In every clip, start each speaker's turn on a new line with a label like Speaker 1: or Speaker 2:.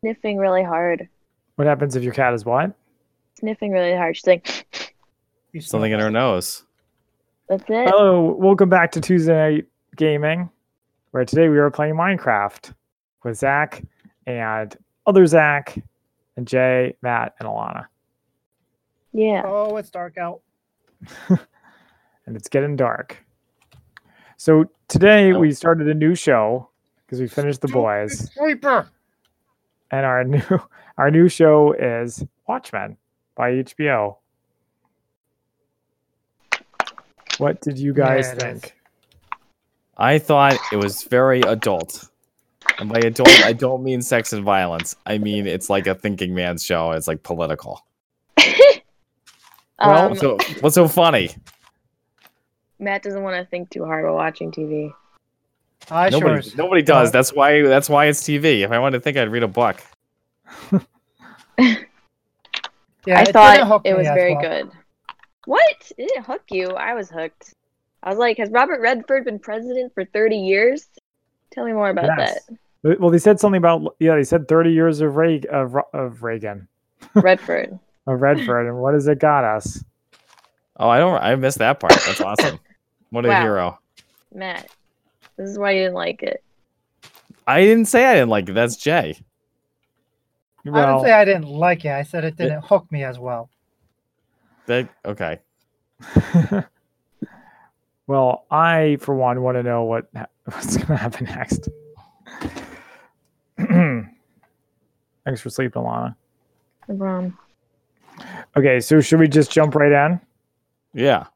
Speaker 1: sniffing really hard.
Speaker 2: What happens if your cat is what?
Speaker 1: Sniffing really hard. She's like,
Speaker 3: You smell
Speaker 4: Something in her nose.
Speaker 1: that's it.
Speaker 3: Oh.
Speaker 2: Hello, welcome back to Tuesday Night Gaming, where today we are playing Minecraft with Zach and other Zach and Jay, Matt, and Alana.
Speaker 3: it.
Speaker 1: Yeah.
Speaker 3: Oh, it's dark out.
Speaker 2: and it's getting dark. So today
Speaker 4: Oh.
Speaker 2: we started a new show because we finished the boys,
Speaker 3: Sleeper.
Speaker 2: and our new our new show is Watchmen by HBO. What did you guys
Speaker 3: Yeah, it is.
Speaker 2: think?
Speaker 4: I thought it was very adult. And by adult, I don't mean sex and violence. I mean it's like a thinking man's show. It's like political.
Speaker 2: Well-
Speaker 1: um,
Speaker 4: What's so what's so funny?
Speaker 1: Matt doesn't want to think too hard while watching TV.
Speaker 3: I
Speaker 4: nobody,
Speaker 3: sure.
Speaker 4: nobody does. That's why that's why it's TV. If I wanted to think I'd read a book.
Speaker 3: Yeah,
Speaker 1: I
Speaker 3: didn't
Speaker 1: thought
Speaker 3: hook
Speaker 1: it
Speaker 3: me
Speaker 1: was
Speaker 3: as
Speaker 1: very
Speaker 3: well.
Speaker 1: good. What? It didn't hook you. I was hooked. I was like, has Robert Redford been president for 30 years? Tell me more about
Speaker 2: Yes. Well, they said something about yeah. They said thirty years of Reagan of, Ro- of Reagan
Speaker 1: that. Redford.
Speaker 2: of Redford, and what has it got us?
Speaker 4: Oh, I don't I missed that part. That's awesome. What a
Speaker 1: Wow.
Speaker 4: hero.
Speaker 1: Matt, this is why you didn't like it.
Speaker 4: I didn't say I didn't like it. That's Jay.
Speaker 3: I didn't
Speaker 2: Well,
Speaker 3: say I didn't like it. I said it didn't hook me as well.
Speaker 4: That okay.
Speaker 2: well, I for one want to know what ha- what's going to happen next. Thanks for sleeping, Lana.
Speaker 1: Wrong.
Speaker 2: Okay, so should we just jump right in?
Speaker 4: Yeah.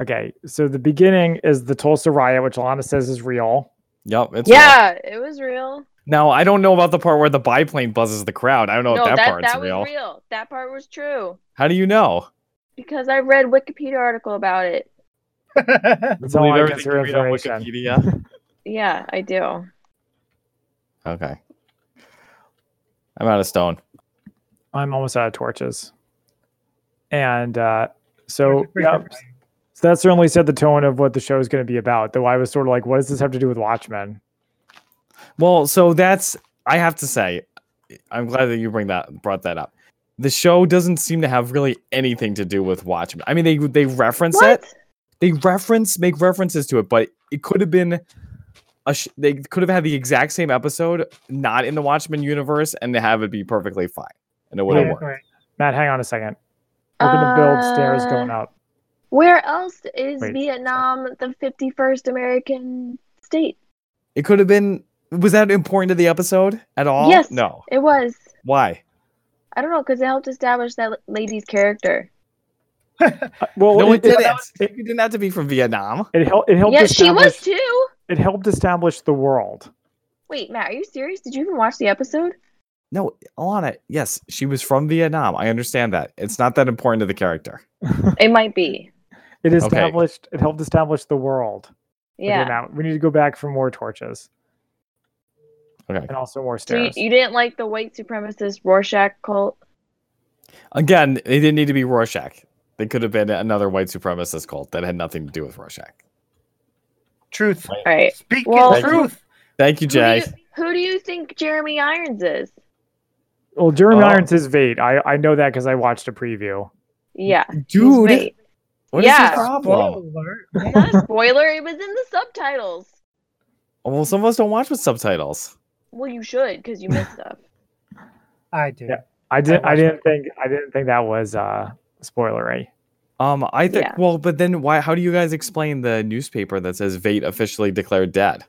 Speaker 2: Okay, so the beginning is the Tulsa riot, which Lana says is real.
Speaker 4: Yep. It's real.
Speaker 1: Yeah, it was real.
Speaker 4: Now I don't know about the part where the biplane buzzes the crowd. I don't know
Speaker 1: no,
Speaker 4: if Oh, that,
Speaker 1: that,
Speaker 4: part's
Speaker 1: that
Speaker 4: real.
Speaker 1: was real. That part was true
Speaker 4: How do you know?
Speaker 1: because I read Wikipedia article about it.
Speaker 2: That's all
Speaker 4: Believe
Speaker 2: I
Speaker 4: everything
Speaker 2: get her
Speaker 4: you read on
Speaker 2: information.
Speaker 4: Wikipedia.
Speaker 1: Yeah, I do.
Speaker 4: okay. I'm out of stone.
Speaker 2: I'm almost out of torches. And uh, so, yeah, so that certainly set the tone of what the show is going to be about. Though I was sort of like, what does this have to do with Watchmen?
Speaker 4: Well, so that's I have to say, I'm glad that you bring that brought that up. The show doesn't seem to have really anything to do with Watchmen. I mean, they they reference it,
Speaker 1: What?
Speaker 4: they reference make references to it, but it could have been a sh- they could have had the exact same episode not in the Watchmen universe and to have it be perfectly fine, and it would have
Speaker 2: Yeah.
Speaker 4: worked.
Speaker 2: Matt, hang on a second. We're going to build stairs
Speaker 1: Uh,
Speaker 2: going up.
Speaker 1: Where else is
Speaker 2: Wait,
Speaker 1: Vietnam the 51st American state?
Speaker 4: It could have been. Was that important to the episode at all?
Speaker 1: Yes.
Speaker 4: No.
Speaker 1: It was.
Speaker 4: Why?
Speaker 1: I don't know because it helped establish that lady's character.
Speaker 2: Uh, Well,
Speaker 4: no, it, didn't.
Speaker 2: It,
Speaker 4: It didn't have to be from Vietnam.
Speaker 2: it hel- it helped.
Speaker 1: yes, she was
Speaker 2: establish-
Speaker 1: too.
Speaker 2: It helped establish the world.
Speaker 1: Wait, Matt, are you serious? Did you even watch the episode?
Speaker 4: No, Alana. Yes, she was from Vietnam. I understand that. It's not that important to the character.
Speaker 1: It might be.
Speaker 2: It established. It helped establish the world. Okay,
Speaker 1: Yeah.
Speaker 2: now we need to go back for more torches.
Speaker 4: Okay.
Speaker 2: And also more
Speaker 1: So you,
Speaker 2: stairs.
Speaker 1: you didn't like the white supremacist Rorschach cult?
Speaker 4: Again, they didn't need to be Rorschach. They could have been another white supremacist cult that had nothing to do with Rorschach.
Speaker 3: Truth.
Speaker 1: All right.
Speaker 3: Speak
Speaker 1: Well-
Speaker 3: the truth.
Speaker 4: Thank you, Jay.
Speaker 1: Who do you, who do you think Jeremy Irons is?
Speaker 2: well, Jeremy
Speaker 4: Oh.
Speaker 2: Irons is Vate. I, I know that because I watched a preview.
Speaker 1: Yeah.
Speaker 4: Dude,
Speaker 1: he's white.
Speaker 4: what is
Speaker 1: yeah.
Speaker 4: your problem?
Speaker 3: Spoiler.
Speaker 1: Not a spoiler. It was in the subtitles.
Speaker 4: Well, some of us don't watch with subtitles.
Speaker 1: Well, you should because you missed stuff.
Speaker 3: I do.
Speaker 2: Yeah. I didn't. I,
Speaker 3: watched
Speaker 2: didn't think. I didn't think that was uh, spoilery.
Speaker 4: Um, I think.
Speaker 1: Yeah.
Speaker 4: Well, but then why? How do you guys explain the newspaper that says Vate officially declared dead?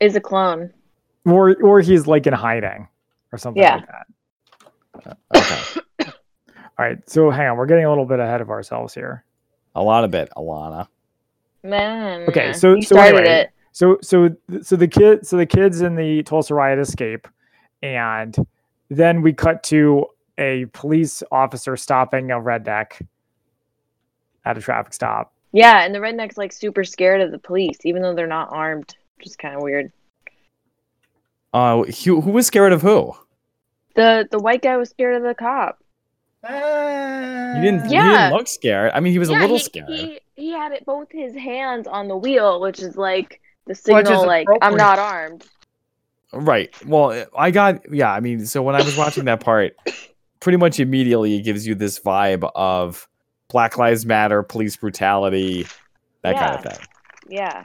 Speaker 1: Is a clone.
Speaker 2: Or or he's like in hiding or something
Speaker 1: Yeah.
Speaker 2: like that. Uh,
Speaker 4: Okay,
Speaker 2: All right. So hang on. We're getting a little bit ahead of ourselves here.
Speaker 4: a lot of it, Alana.
Speaker 1: Man.
Speaker 2: Okay, so-
Speaker 1: you
Speaker 2: so
Speaker 1: started
Speaker 2: anyway,
Speaker 1: it.
Speaker 2: So so th- so the kid so the kids in the Tulsa riot escape, and then we cut to a police officer stopping a redneck at a traffic stop.
Speaker 1: Yeah, and the redneck's like super scared of the police, even though they're not armed, which is kind of weird.
Speaker 4: Uh, who, who was scared of who?
Speaker 1: The the white guy was scared of the cop.
Speaker 3: Eh,
Speaker 4: He didn't.
Speaker 1: Yeah.
Speaker 4: He didn't look scared. I mean, he was
Speaker 1: yeah,
Speaker 4: a little
Speaker 1: he,
Speaker 4: scared.
Speaker 1: He he had it both his hands on the wheel, which is like the
Speaker 3: Which is
Speaker 1: signal, like I'm
Speaker 3: appropriate.
Speaker 1: not armed.
Speaker 4: Right. Well, I got yeah. I mean, so when I was watching that part, pretty much immediately it gives you this vibe of Black Lives Matter, police brutality, that kind of thing.
Speaker 1: Yeah.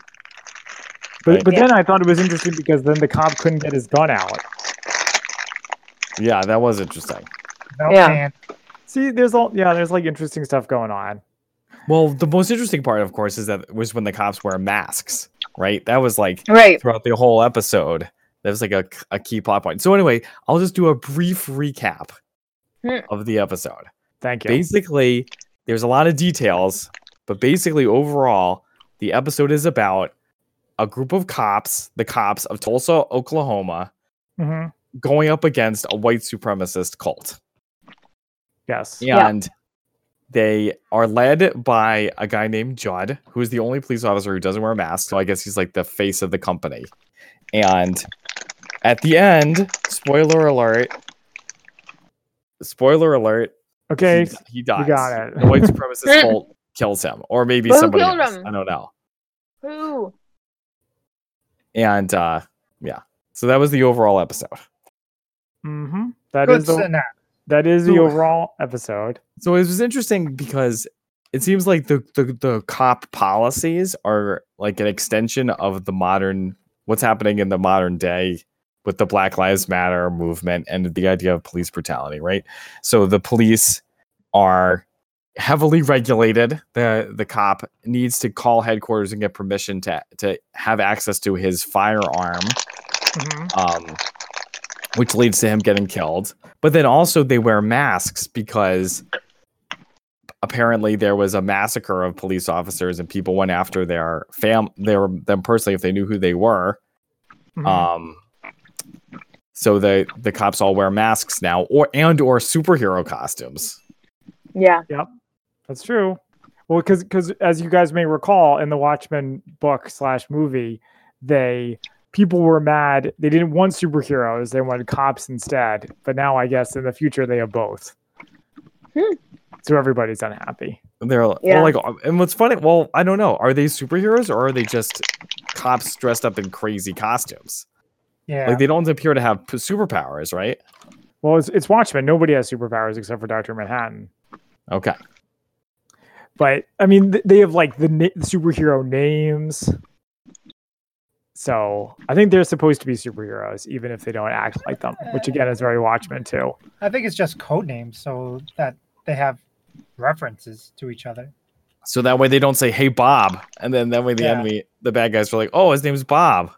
Speaker 2: But
Speaker 4: Right.
Speaker 2: but
Speaker 1: Yeah.
Speaker 2: then I thought it was interesting because then the cop couldn't get his gun out.
Speaker 4: Yeah, that was interesting.
Speaker 3: No
Speaker 1: Yeah.
Speaker 3: chance.
Speaker 2: See, there's all yeah, there's like interesting stuff going on.
Speaker 4: Well, the most interesting part, of course, is that was when the cops wear masks. Right. That was like
Speaker 1: Right.
Speaker 4: throughout the whole episode. That was like a, a key plot point. So anyway, I'll just do a brief recap
Speaker 1: Hmm.
Speaker 4: of the episode.
Speaker 2: Thank you.
Speaker 4: basically there's a lot of details but basically overall the episode is about a group of cops the cops of tulsa oklahoma
Speaker 2: hmm
Speaker 4: going up against a white supremacist cult
Speaker 2: Yes.
Speaker 1: Yeah.
Speaker 4: and they are led by a guy named judd who is the only police officer who doesn't wear a mask so i guess he's like the face of the company and at the end spoiler alert spoiler alert
Speaker 2: Okay.
Speaker 4: he, he dies.
Speaker 2: got it.
Speaker 4: The white supremacist cult kills him, or maybe
Speaker 1: But who
Speaker 4: somebody
Speaker 1: killed
Speaker 4: else.
Speaker 1: him?
Speaker 4: I don't know.
Speaker 1: Who?
Speaker 4: And uh, yeah, so that was the overall episode.
Speaker 2: Mm-hmm. That
Speaker 3: Good
Speaker 2: is the
Speaker 3: synopsis.
Speaker 2: that is the
Speaker 4: Ooh.
Speaker 2: overall episode.
Speaker 4: So it was interesting because it seems like the the, the cop policies are like an extension of the modern what's happening in the modern day with the Black Lives Matter movement and the idea of police brutality, right? So the police are heavily regulated. The the cop needs to call headquarters and get permission to to have access to his firearm
Speaker 2: Mm-hmm.
Speaker 4: um, which leads to him getting killed. But then also they wear masks because apparently there was a massacre of police officers and people went after their fam, their them personally if they knew who they were.
Speaker 2: Mm-hmm.
Speaker 4: Um, so the the cops all wear masks now, or and or superhero costumes.
Speaker 1: Yeah.
Speaker 2: That's true. Well, because as you guys may recall, in the Watchmen book slash movie, they people were mad. They didn't want superheroes; they wanted cops instead. But now, I guess in the future, they have both.
Speaker 1: Hmm.
Speaker 2: So everybody's unhappy.
Speaker 4: They're
Speaker 1: Yeah.
Speaker 4: they're like, and what's funny? Well, I don't know. Are they superheroes or are they just cops dressed up in crazy costumes?
Speaker 3: Yeah.
Speaker 4: Like they don't appear to have p- superpowers, right?
Speaker 2: Well, it's, it's Watchmen. Nobody has superpowers except for Doctor Manhattan.
Speaker 4: Okay.
Speaker 2: But I mean, th- they have like the na- superhero names. So I think they're supposed to be superheroes, even if they don't act like them. Which again is very Watchmen too.
Speaker 3: I think it's just code names so that they have references to each other.
Speaker 4: So that way they don't say, "Hey Bob," and then that way the
Speaker 3: Yeah.
Speaker 4: enemy, the bad guys, were like, "Oh, his name's Bob."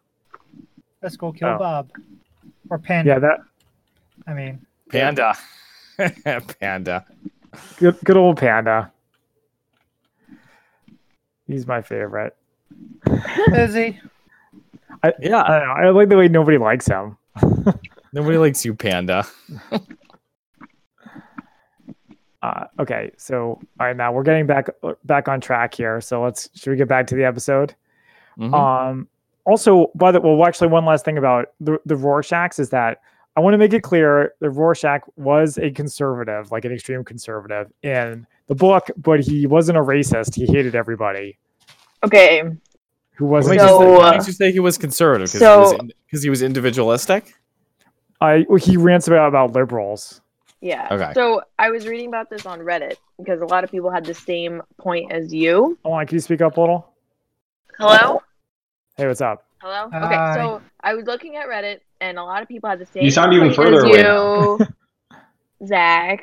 Speaker 3: Let's go kill
Speaker 2: Oh.
Speaker 3: Bob or Panda.
Speaker 2: Yeah, that
Speaker 3: I mean,
Speaker 4: Panda, panda.
Speaker 2: good, good old panda. He's my favorite.
Speaker 3: busy.
Speaker 4: Yeah,
Speaker 2: I don't know. I like the way nobody likes him.
Speaker 4: nobody likes you, Panda.
Speaker 2: Uh, okay, so all right, Matt, we're getting back uh, back on track here. So let's should we get back to the episode?
Speaker 4: Mhm.
Speaker 2: Um, also, by the well, actually, one last thing about the the Rorschachs is that I want to make it clear the Rorschach was a conservative, like an extreme conservative in the book, but he wasn't a racist. He hated everybody
Speaker 1: Okay.
Speaker 2: who
Speaker 4: What
Speaker 2: wasn't.
Speaker 4: makes, you say,
Speaker 1: So,
Speaker 4: what
Speaker 1: uh,
Speaker 4: makes you say he was conservative? Because
Speaker 1: so-
Speaker 4: he, was in- 'cause he was individualistic.
Speaker 2: I he rants about about liberals.
Speaker 1: Yeah.
Speaker 4: Okay.
Speaker 1: So I was reading about this on Reddit because a lot of people had the same point as you.
Speaker 2: Hold on, can you speak up a little?
Speaker 1: Hello?
Speaker 2: Hey, what's up?
Speaker 1: Hello?
Speaker 3: Hi.
Speaker 1: Okay. So I was looking at Reddit and a lot of people had the same
Speaker 5: You sound even
Speaker 1: point
Speaker 5: further
Speaker 1: as
Speaker 5: away
Speaker 1: you, Zach.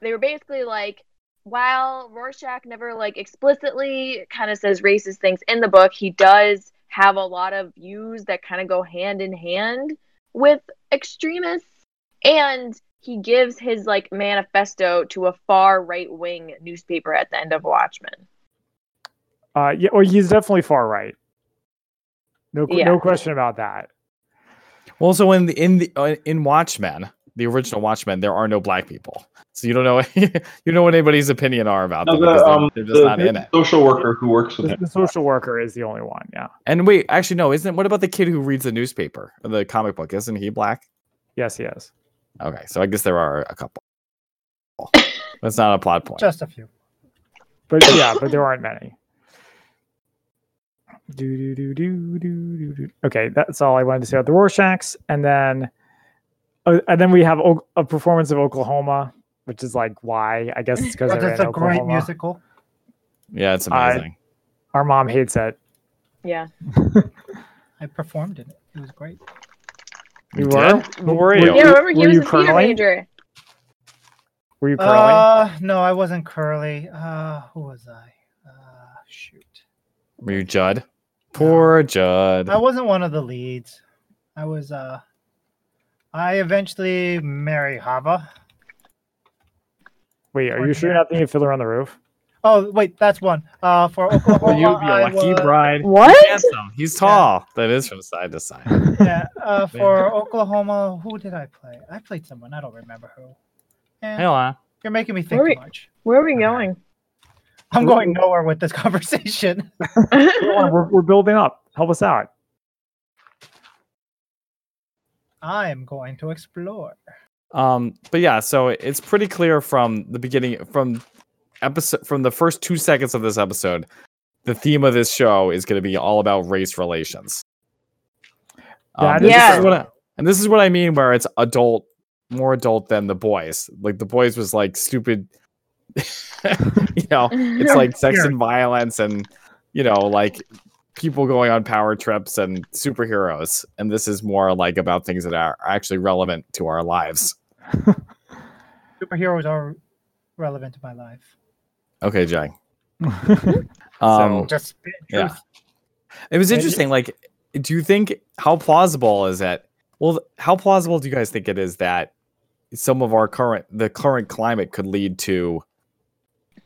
Speaker 1: They were basically like, while Rorschach never like explicitly kind of says racist things in the book, he does have a lot of views that kind of go hand in hand with extremists and he gives his like manifesto to a far right wing newspaper at the end of Watchmen.
Speaker 2: Uh, yeah, well, he's definitely far right. No, qu-
Speaker 1: Yeah.
Speaker 2: no question about that.
Speaker 4: Well, so in the in the uh, in Watchmen, the original Watchmen, there are no black people, so you don't know you don't know what anybody's opinion are about
Speaker 5: No,
Speaker 4: them. because
Speaker 5: the,
Speaker 4: they're-
Speaker 5: um,
Speaker 4: they're
Speaker 5: the,
Speaker 4: just not in it.
Speaker 5: social worker who works with
Speaker 2: The,
Speaker 5: him.
Speaker 2: the social worker is the only one. Yeah.
Speaker 4: And wait, actually, no, isn't what about the kid who reads the newspaper, or the comic book? Isn't he black?
Speaker 2: Yes, he is.
Speaker 4: Okay, so I guess there are a couple. That's not a plot point.
Speaker 3: Just a few.
Speaker 2: But yeah, but there aren't many. Do do do do do do do. Okay, that's all I wanted to say about the Rorschachs, and then, oh, and then we have O- a performance of Oklahoma, which is like why I guess it's because I
Speaker 3: It's
Speaker 2: ran
Speaker 3: a great
Speaker 2: Oklahoma.
Speaker 3: musical.
Speaker 4: Yeah, it's
Speaker 2: I-
Speaker 4: amazing.
Speaker 2: Our mom hates it.
Speaker 1: Yeah.
Speaker 3: I performed in it. It was great.
Speaker 2: You
Speaker 4: did?
Speaker 2: were?
Speaker 4: Who were you?
Speaker 1: Yeah, remember he
Speaker 2: were
Speaker 1: was
Speaker 2: you
Speaker 1: a theater
Speaker 2: curling?
Speaker 1: major.
Speaker 2: Were you curling?
Speaker 3: Uh, no, I wasn't curly. Uh, who was I? Uh, shoot,
Speaker 4: Were you Judd? Poor Judd.
Speaker 3: I wasn't one of the leads. I was. Uh, I eventually marry Hava.
Speaker 2: Wait, are you sure you're not thinking of Fiddler on the Roof?
Speaker 3: Oh wait, that's one. Uh, for Oklahoma,
Speaker 4: Will you be a
Speaker 3: I
Speaker 4: lucky
Speaker 3: was-
Speaker 4: bride?
Speaker 1: What?
Speaker 4: Handsome. He's tall. That is from side to side.
Speaker 3: yeah, uh, for Oklahoma, who did I play? I played someone. I don't remember who. Eh,
Speaker 4: Hang on.
Speaker 3: you're making me think
Speaker 1: Wait.
Speaker 3: too much.
Speaker 1: Where are we going?
Speaker 3: I'm going nowhere with this conversation.
Speaker 2: Come on, we're, we're building up. Help us out.
Speaker 3: I am going to explore.
Speaker 4: Um, but yeah, so it's pretty clear from the beginning, from episode, from the first two seconds of this episode, the theme of this show is going to be all about race relations. Um,
Speaker 2: That
Speaker 4: and This
Speaker 1: is-
Speaker 4: is what I, and this is what I mean, where it's adult, more adult than the boys. Like the boys was like stupid, you know. It's like sex and violence, and you know, like people going on power trips and superheroes. And this is more like about things that are actually relevant to our lives.
Speaker 3: Superheroes are relevant to my life.
Speaker 4: Okay, Jay. Um,
Speaker 3: Just spit
Speaker 4: yeah.
Speaker 3: truth.
Speaker 4: it was
Speaker 3: and-
Speaker 4: interesting. Like, do you think how plausible is it? Well, how plausible do you guys think it is that some of our current the current climate could lead to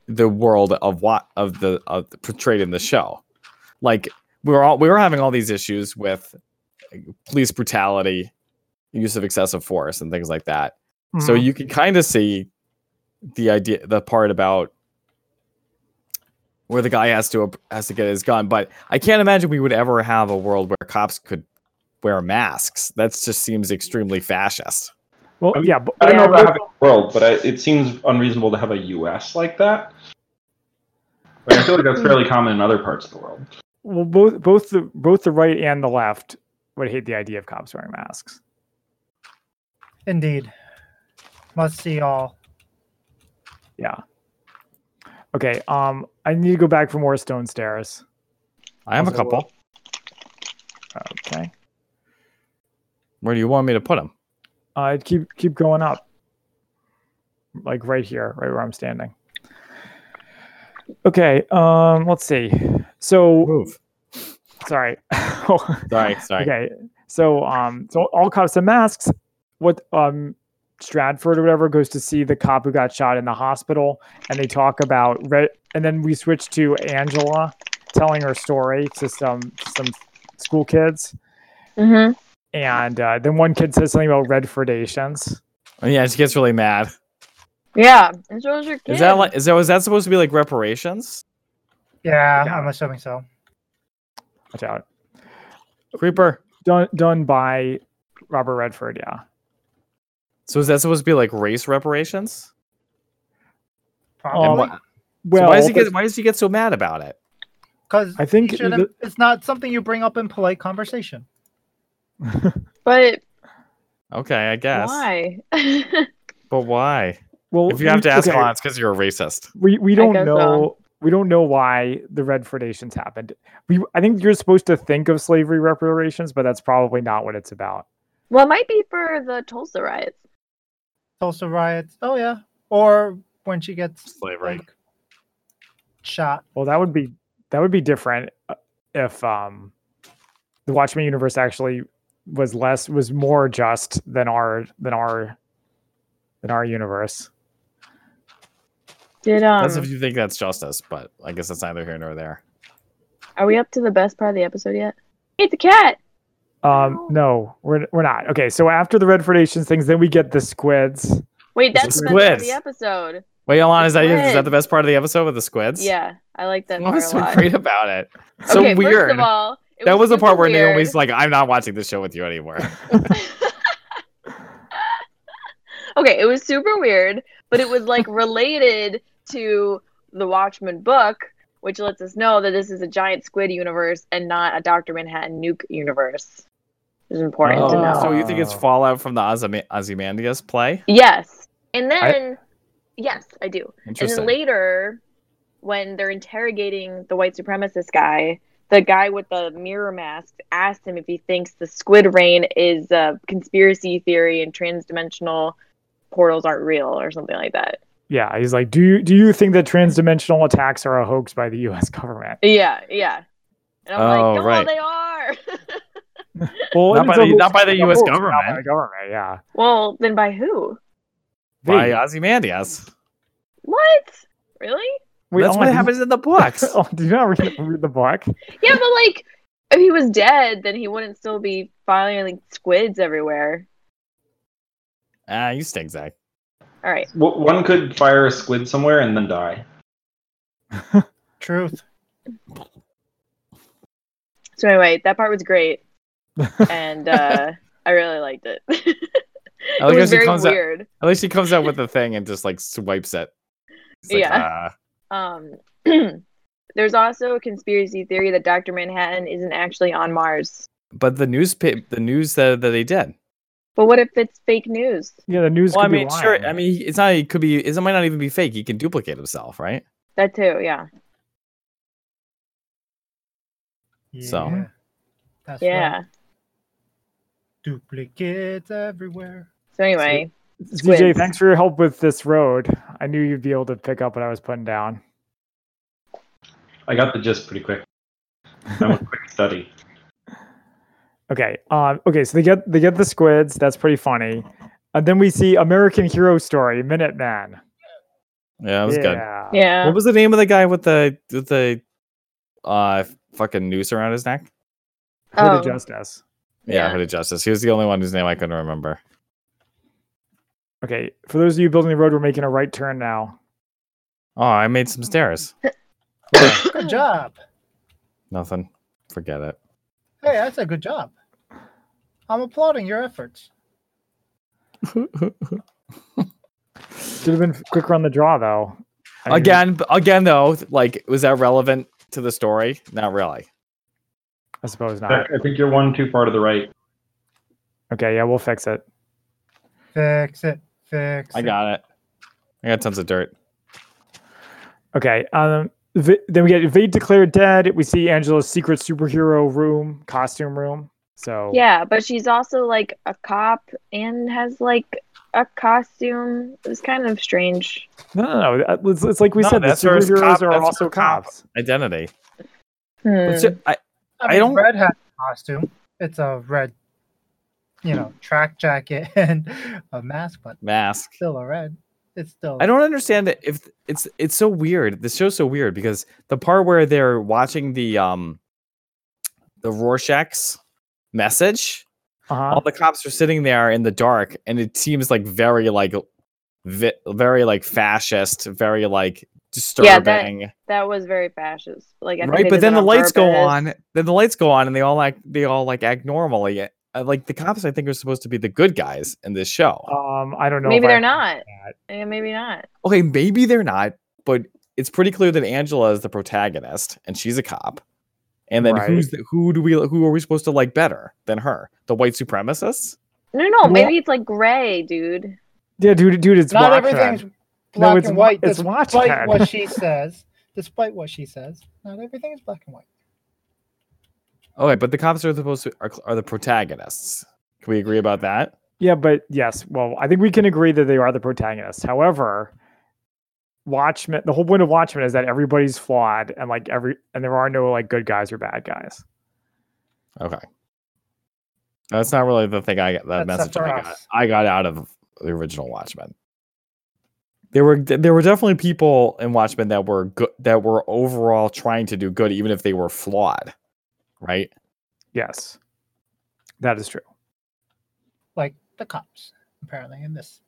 Speaker 4: the world of what of the of the- portrayed in the show? Like, we were all we were having all these issues with police brutality, use of excessive force, and things like that. So
Speaker 2: Mhm.
Speaker 4: you can kind of see the idea, the part about where the guy has to has to get his gun. But I can't imagine we would ever have a world where cops could wear masks. That just seems extremely fascist.
Speaker 2: well, yeah, but,
Speaker 5: I don't know
Speaker 1: Yeah.
Speaker 5: about having a world, but I, it seems unreasonable to have a U.S. like that. Like, I feel like that's fairly common in other parts of the world.
Speaker 2: well, both both the both the right and the left would hate the idea of cops wearing masks.
Speaker 3: Indeed. Must see all.
Speaker 2: Yeah. Okay. Um, I need to go back for more stone stairs.
Speaker 4: I have a
Speaker 2: Also, uh,
Speaker 4: couple.
Speaker 2: Okay.
Speaker 4: Where do you want me to put them?
Speaker 2: Uh, keep keep going up. Like right here, right where I'm standing. Okay. Um, let's see. So
Speaker 4: Move.
Speaker 2: sorry. Oh,
Speaker 4: Sorry, sorry.
Speaker 2: Okay. So um so all cops have masks. What um Stratford or whatever goes to see the cop who got shot in the hospital and they talk about red and then we switch to Angela telling her story to some some school kids.
Speaker 1: hmm
Speaker 2: And uh, then one kid says something about red fredations.
Speaker 4: Oh, yeah, she gets really mad.
Speaker 1: Yeah. And so was your kid.
Speaker 4: Is that like is that was that supposed to be like reparations?
Speaker 3: Yeah,
Speaker 2: Yeah.
Speaker 3: I'm assuming so.
Speaker 2: Watch out.
Speaker 4: Creeper.
Speaker 2: Done done by Robert Redford, yeah.
Speaker 4: So is that supposed to be like race reparations? And
Speaker 3: Probably.
Speaker 4: why- so
Speaker 2: Well,
Speaker 4: why does he
Speaker 2: but-
Speaker 4: get why does he get so mad about it?
Speaker 3: Because
Speaker 2: I think the-
Speaker 3: it's not something you bring up in polite conversation.
Speaker 1: But
Speaker 4: Okay, I guess.
Speaker 1: why?
Speaker 4: But why?
Speaker 2: well,
Speaker 4: If you have
Speaker 2: we-
Speaker 4: to ask
Speaker 2: okay.
Speaker 4: a lot, it's because you're a racist.
Speaker 2: we we
Speaker 1: I
Speaker 2: don't
Speaker 1: guess so.
Speaker 2: know we don't know why the red fredations happened. We I think you're supposed to think of slavery reparations, but that's probably not what it's about.
Speaker 1: well, it might be for the Tulsa riots.
Speaker 3: Tulsa riots. Oh yeah. Or when she gets
Speaker 4: Slavery.
Speaker 3: like, shot.
Speaker 2: Well, that would be that would be different uh, if um the Watchmen universe actually was less was more just than our than our than our universe.
Speaker 1: Did um?
Speaker 4: That's if you think that's justice, but I guess that's neither here nor there.
Speaker 1: Are we up to the best part of the episode yet? It's a cat.
Speaker 2: Um
Speaker 1: No.
Speaker 2: no, we're we're not. Okay, so after the red fredations things, then we get the squids.
Speaker 1: Wait,
Speaker 4: It's
Speaker 1: that's
Speaker 4: a
Speaker 1: the best part of
Speaker 4: squiz.
Speaker 1: the episode.
Speaker 4: Wait, Alana, is that is that
Speaker 1: Squid.
Speaker 4: the best part of the episode with the squids?
Speaker 1: Yeah, I like that
Speaker 4: what
Speaker 1: part
Speaker 4: was
Speaker 1: a
Speaker 4: Oh, so
Speaker 1: lot.
Speaker 4: great about it? So
Speaker 1: okay,
Speaker 4: weird.
Speaker 1: first of all, it
Speaker 4: that was the
Speaker 1: super
Speaker 4: part where
Speaker 1: weird.
Speaker 4: Naomi's like, "I'm not watching this show with you anymore."
Speaker 1: okay, it was super weird, but it was like related to the Watchmen book, which lets us know that this is a giant squid universe and not a Dr. Manhattan nuke universe. It's important to
Speaker 2: Oh.
Speaker 1: know.
Speaker 4: So you think it's Fallout from the Ozym- Ozymandias play?
Speaker 1: Yes. And then, yes, I do. And
Speaker 4: Interesting.
Speaker 1: then later, when they're interrogating the white supremacist guy, the guy with the mirror mask asked him if he thinks the squid rain is a conspiracy theory and transdimensional portals aren't real or something like that.
Speaker 2: Yeah, he's like, do you do you think that transdimensional attacks are a hoax by the U.S. government?
Speaker 1: Yeah, yeah. And I'm
Speaker 4: Oh,
Speaker 1: like, no,
Speaker 4: right.
Speaker 1: they are.
Speaker 2: Well,
Speaker 4: Not by
Speaker 2: it's a
Speaker 4: the-
Speaker 2: hoax-
Speaker 4: not by the
Speaker 2: it's a
Speaker 4: US
Speaker 2: hoax, not
Speaker 4: government.
Speaker 2: by the government, yeah. uh,
Speaker 1: well, then by who?
Speaker 4: By
Speaker 2: They-
Speaker 4: Ozymandias.
Speaker 1: What? Really?
Speaker 2: we
Speaker 4: That's
Speaker 2: only-
Speaker 4: what happens in the books.
Speaker 2: oh, do you not read, read the book?
Speaker 1: Yeah, but like, if he was dead, then he wouldn't still be filing squids everywhere.
Speaker 4: Ah, you stink, Zach.
Speaker 1: All right.
Speaker 5: W- one could fire a squid somewhere and then die.
Speaker 3: Truth.
Speaker 1: So anyway, that part was great, and uh, I really liked it. it
Speaker 4: I like how
Speaker 1: was
Speaker 4: she
Speaker 1: very
Speaker 4: comes out-
Speaker 1: weird.
Speaker 4: At least she comes out with the thing and just like swipes it. It's like,
Speaker 1: Yeah.
Speaker 4: ah.
Speaker 1: Um, there's also a conspiracy theory that Doctor Manhattan isn't actually on Mars.
Speaker 4: but the news, the news that, that they did.
Speaker 1: But what if it's fake news?
Speaker 2: Yeah, the news.
Speaker 4: Well, I
Speaker 2: could be
Speaker 4: mean, sure.
Speaker 2: lying.
Speaker 4: I mean, it's not. It could be. It might not even be fake. He can duplicate himself, right?
Speaker 1: That too, yeah.
Speaker 4: So.
Speaker 3: Yeah. That's
Speaker 1: yeah.
Speaker 3: right. Duplicates everywhere.
Speaker 1: So anyway,
Speaker 2: CJ,
Speaker 1: squids.
Speaker 2: thanks for your help with this road. I knew you'd be able to pick up what I was putting down.
Speaker 5: I got the gist pretty quick. That was a quick study.
Speaker 2: Okay. Um, okay. So they get they get the squids. That's pretty funny. And then we see American Hero Story, Minuteman.
Speaker 4: Yeah, it was good.
Speaker 2: yeah.
Speaker 1: yeah.
Speaker 4: What was the name of the guy with the with the uh fucking noose around his neck?
Speaker 2: Hood of
Speaker 1: Oh.
Speaker 2: Justice.
Speaker 4: Yeah,
Speaker 1: Yeah.
Speaker 4: Hood of Justice. He was the only one whose name I couldn't remember.
Speaker 2: Okay. For those of you building the road, we're making a right turn now.
Speaker 4: Oh, I made some stairs.
Speaker 3: Good job.
Speaker 4: Nothing. Forget it.
Speaker 3: Hey, that's a good job. I'm applauding your efforts.
Speaker 2: Should have been quicker on the draw though. I mean,
Speaker 4: again, b- again though, like was that relevant to the story? Not really.
Speaker 2: I suppose not.
Speaker 5: Zach, I think you're one too far to the right.
Speaker 2: Okay. Yeah, we'll fix it.
Speaker 3: Fix it. Fix
Speaker 4: I got it. I got tons of dirt.
Speaker 2: Okay. Um. Vi- then we get Vade declared dead. We see Angela's secret superhero room, costume room. So
Speaker 1: Yeah, but she's also like a cop and has like a costume. It was kind of strange.
Speaker 2: No, no, no. uh, It's, it's like we
Speaker 4: No,
Speaker 2: said, the
Speaker 4: that's her as
Speaker 2: superheroes
Speaker 4: cop-
Speaker 2: are
Speaker 4: that's
Speaker 2: also
Speaker 4: her cop.
Speaker 2: cops.
Speaker 4: Identity.
Speaker 1: Hmm.
Speaker 4: It's ju- I,
Speaker 3: I,
Speaker 4: I
Speaker 3: mean,
Speaker 4: don't-
Speaker 3: Red hat costume. It's a red, you know, track jacket and a mask, but
Speaker 4: mask.
Speaker 3: still a red. It's still.
Speaker 4: I don't understand it if it's it's so weird. This show's so weird because the part where they're watching the um the Rorschach's message,
Speaker 2: Uh-huh.
Speaker 4: all the cops are sitting there in the dark, and it seems like very like vi- very like fascist, very like
Speaker 1: Yeah, that-
Speaker 4: disturbing,
Speaker 1: that was very fascist. Like I think
Speaker 4: right?
Speaker 1: they
Speaker 4: But
Speaker 1: did
Speaker 4: then
Speaker 1: that
Speaker 4: the
Speaker 1: on
Speaker 4: lights go
Speaker 1: purpose.
Speaker 4: on. Then the lights go on, and they all act they all like act normally. Uh, Like the cops, I think are supposed to be the good guys in this show.
Speaker 2: Um, I don't know.
Speaker 1: Maybe
Speaker 2: if I-
Speaker 1: they're not. Yeah, maybe not.
Speaker 4: okay, maybe they're not, but it's pretty clear that Angela is the protagonist and she's a cop. And then
Speaker 2: Right.
Speaker 4: who's the, who do we who are we supposed to like better than her? The white supremacists?
Speaker 1: No, no,
Speaker 2: Yeah.
Speaker 1: maybe it's like gray, dude.
Speaker 2: Yeah, dude, dude, it's
Speaker 3: Not
Speaker 2: Watchmen.
Speaker 3: everything's
Speaker 2: No,
Speaker 3: black
Speaker 2: it's
Speaker 3: and
Speaker 2: Wa-
Speaker 3: white.
Speaker 2: It's
Speaker 3: despite
Speaker 2: Watchmen.
Speaker 3: what she says. Despite what she says, not everything is black and white.
Speaker 4: Okay, but the cops are supposed to are, are the protagonists. Can we agree about that?
Speaker 2: Yeah, but yes, well, I think we can agree that they are the protagonists. However, Watchmen. The whole point of Watchmen is that everybody's flawed, and like every, and there are no like good guys or bad guys.
Speaker 4: Okay. That's not really the thing I got the
Speaker 3: Except
Speaker 4: message
Speaker 3: for
Speaker 4: I got.
Speaker 3: us.
Speaker 4: I got out of the original Watchmen. There were there were definitely people in Watchmen that were good that were overall trying to do good even if they were flawed. Right?
Speaker 2: Yes, that is true.
Speaker 3: Like the cops, apparently in this.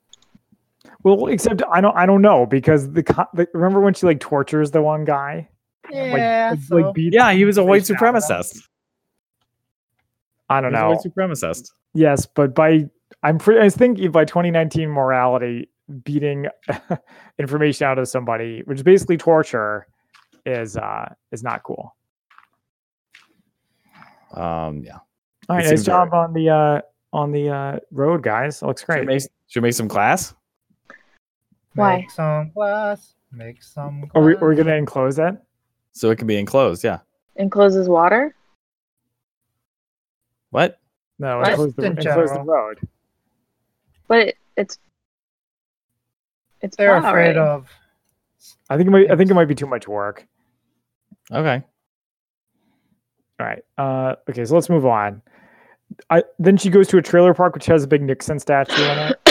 Speaker 2: Well, except I don't, I don't know because the, co- the remember when she like tortures the one guy, like,
Speaker 3: Yeah.
Speaker 2: like,
Speaker 3: so,
Speaker 2: beats
Speaker 4: Yeah, he was a white
Speaker 2: Reached out to them.
Speaker 4: supremacist.
Speaker 2: I don't know.
Speaker 4: White supremacist.
Speaker 2: Yes, but by I'm pretty. I think if by 2019 morality beating information out of somebody, which is basically torture, is uh is not cool.
Speaker 4: Um, yeah.
Speaker 2: All right, nice
Speaker 4: It seems all
Speaker 2: job on the uh on the uh road, guys. It looks
Speaker 4: Should
Speaker 2: great.
Speaker 4: make, should make some class.
Speaker 1: Why?
Speaker 3: Make some glass. Make some glass.
Speaker 2: Are we are we gonna enclose that?
Speaker 4: So it can be enclosed. Yeah.
Speaker 1: and closes water.
Speaker 4: What?
Speaker 2: No,
Speaker 1: Just
Speaker 2: enclose the,
Speaker 3: in
Speaker 2: enclose the
Speaker 3: general.
Speaker 2: road.
Speaker 1: But it, it's it's
Speaker 3: They're
Speaker 1: flowering.
Speaker 3: afraid of.
Speaker 2: I think it might I think it might be too much work.
Speaker 4: Okay.
Speaker 2: All right. Uh okay, so let's move on. I then she goes to a trailer park which has a big Nixon statue on it.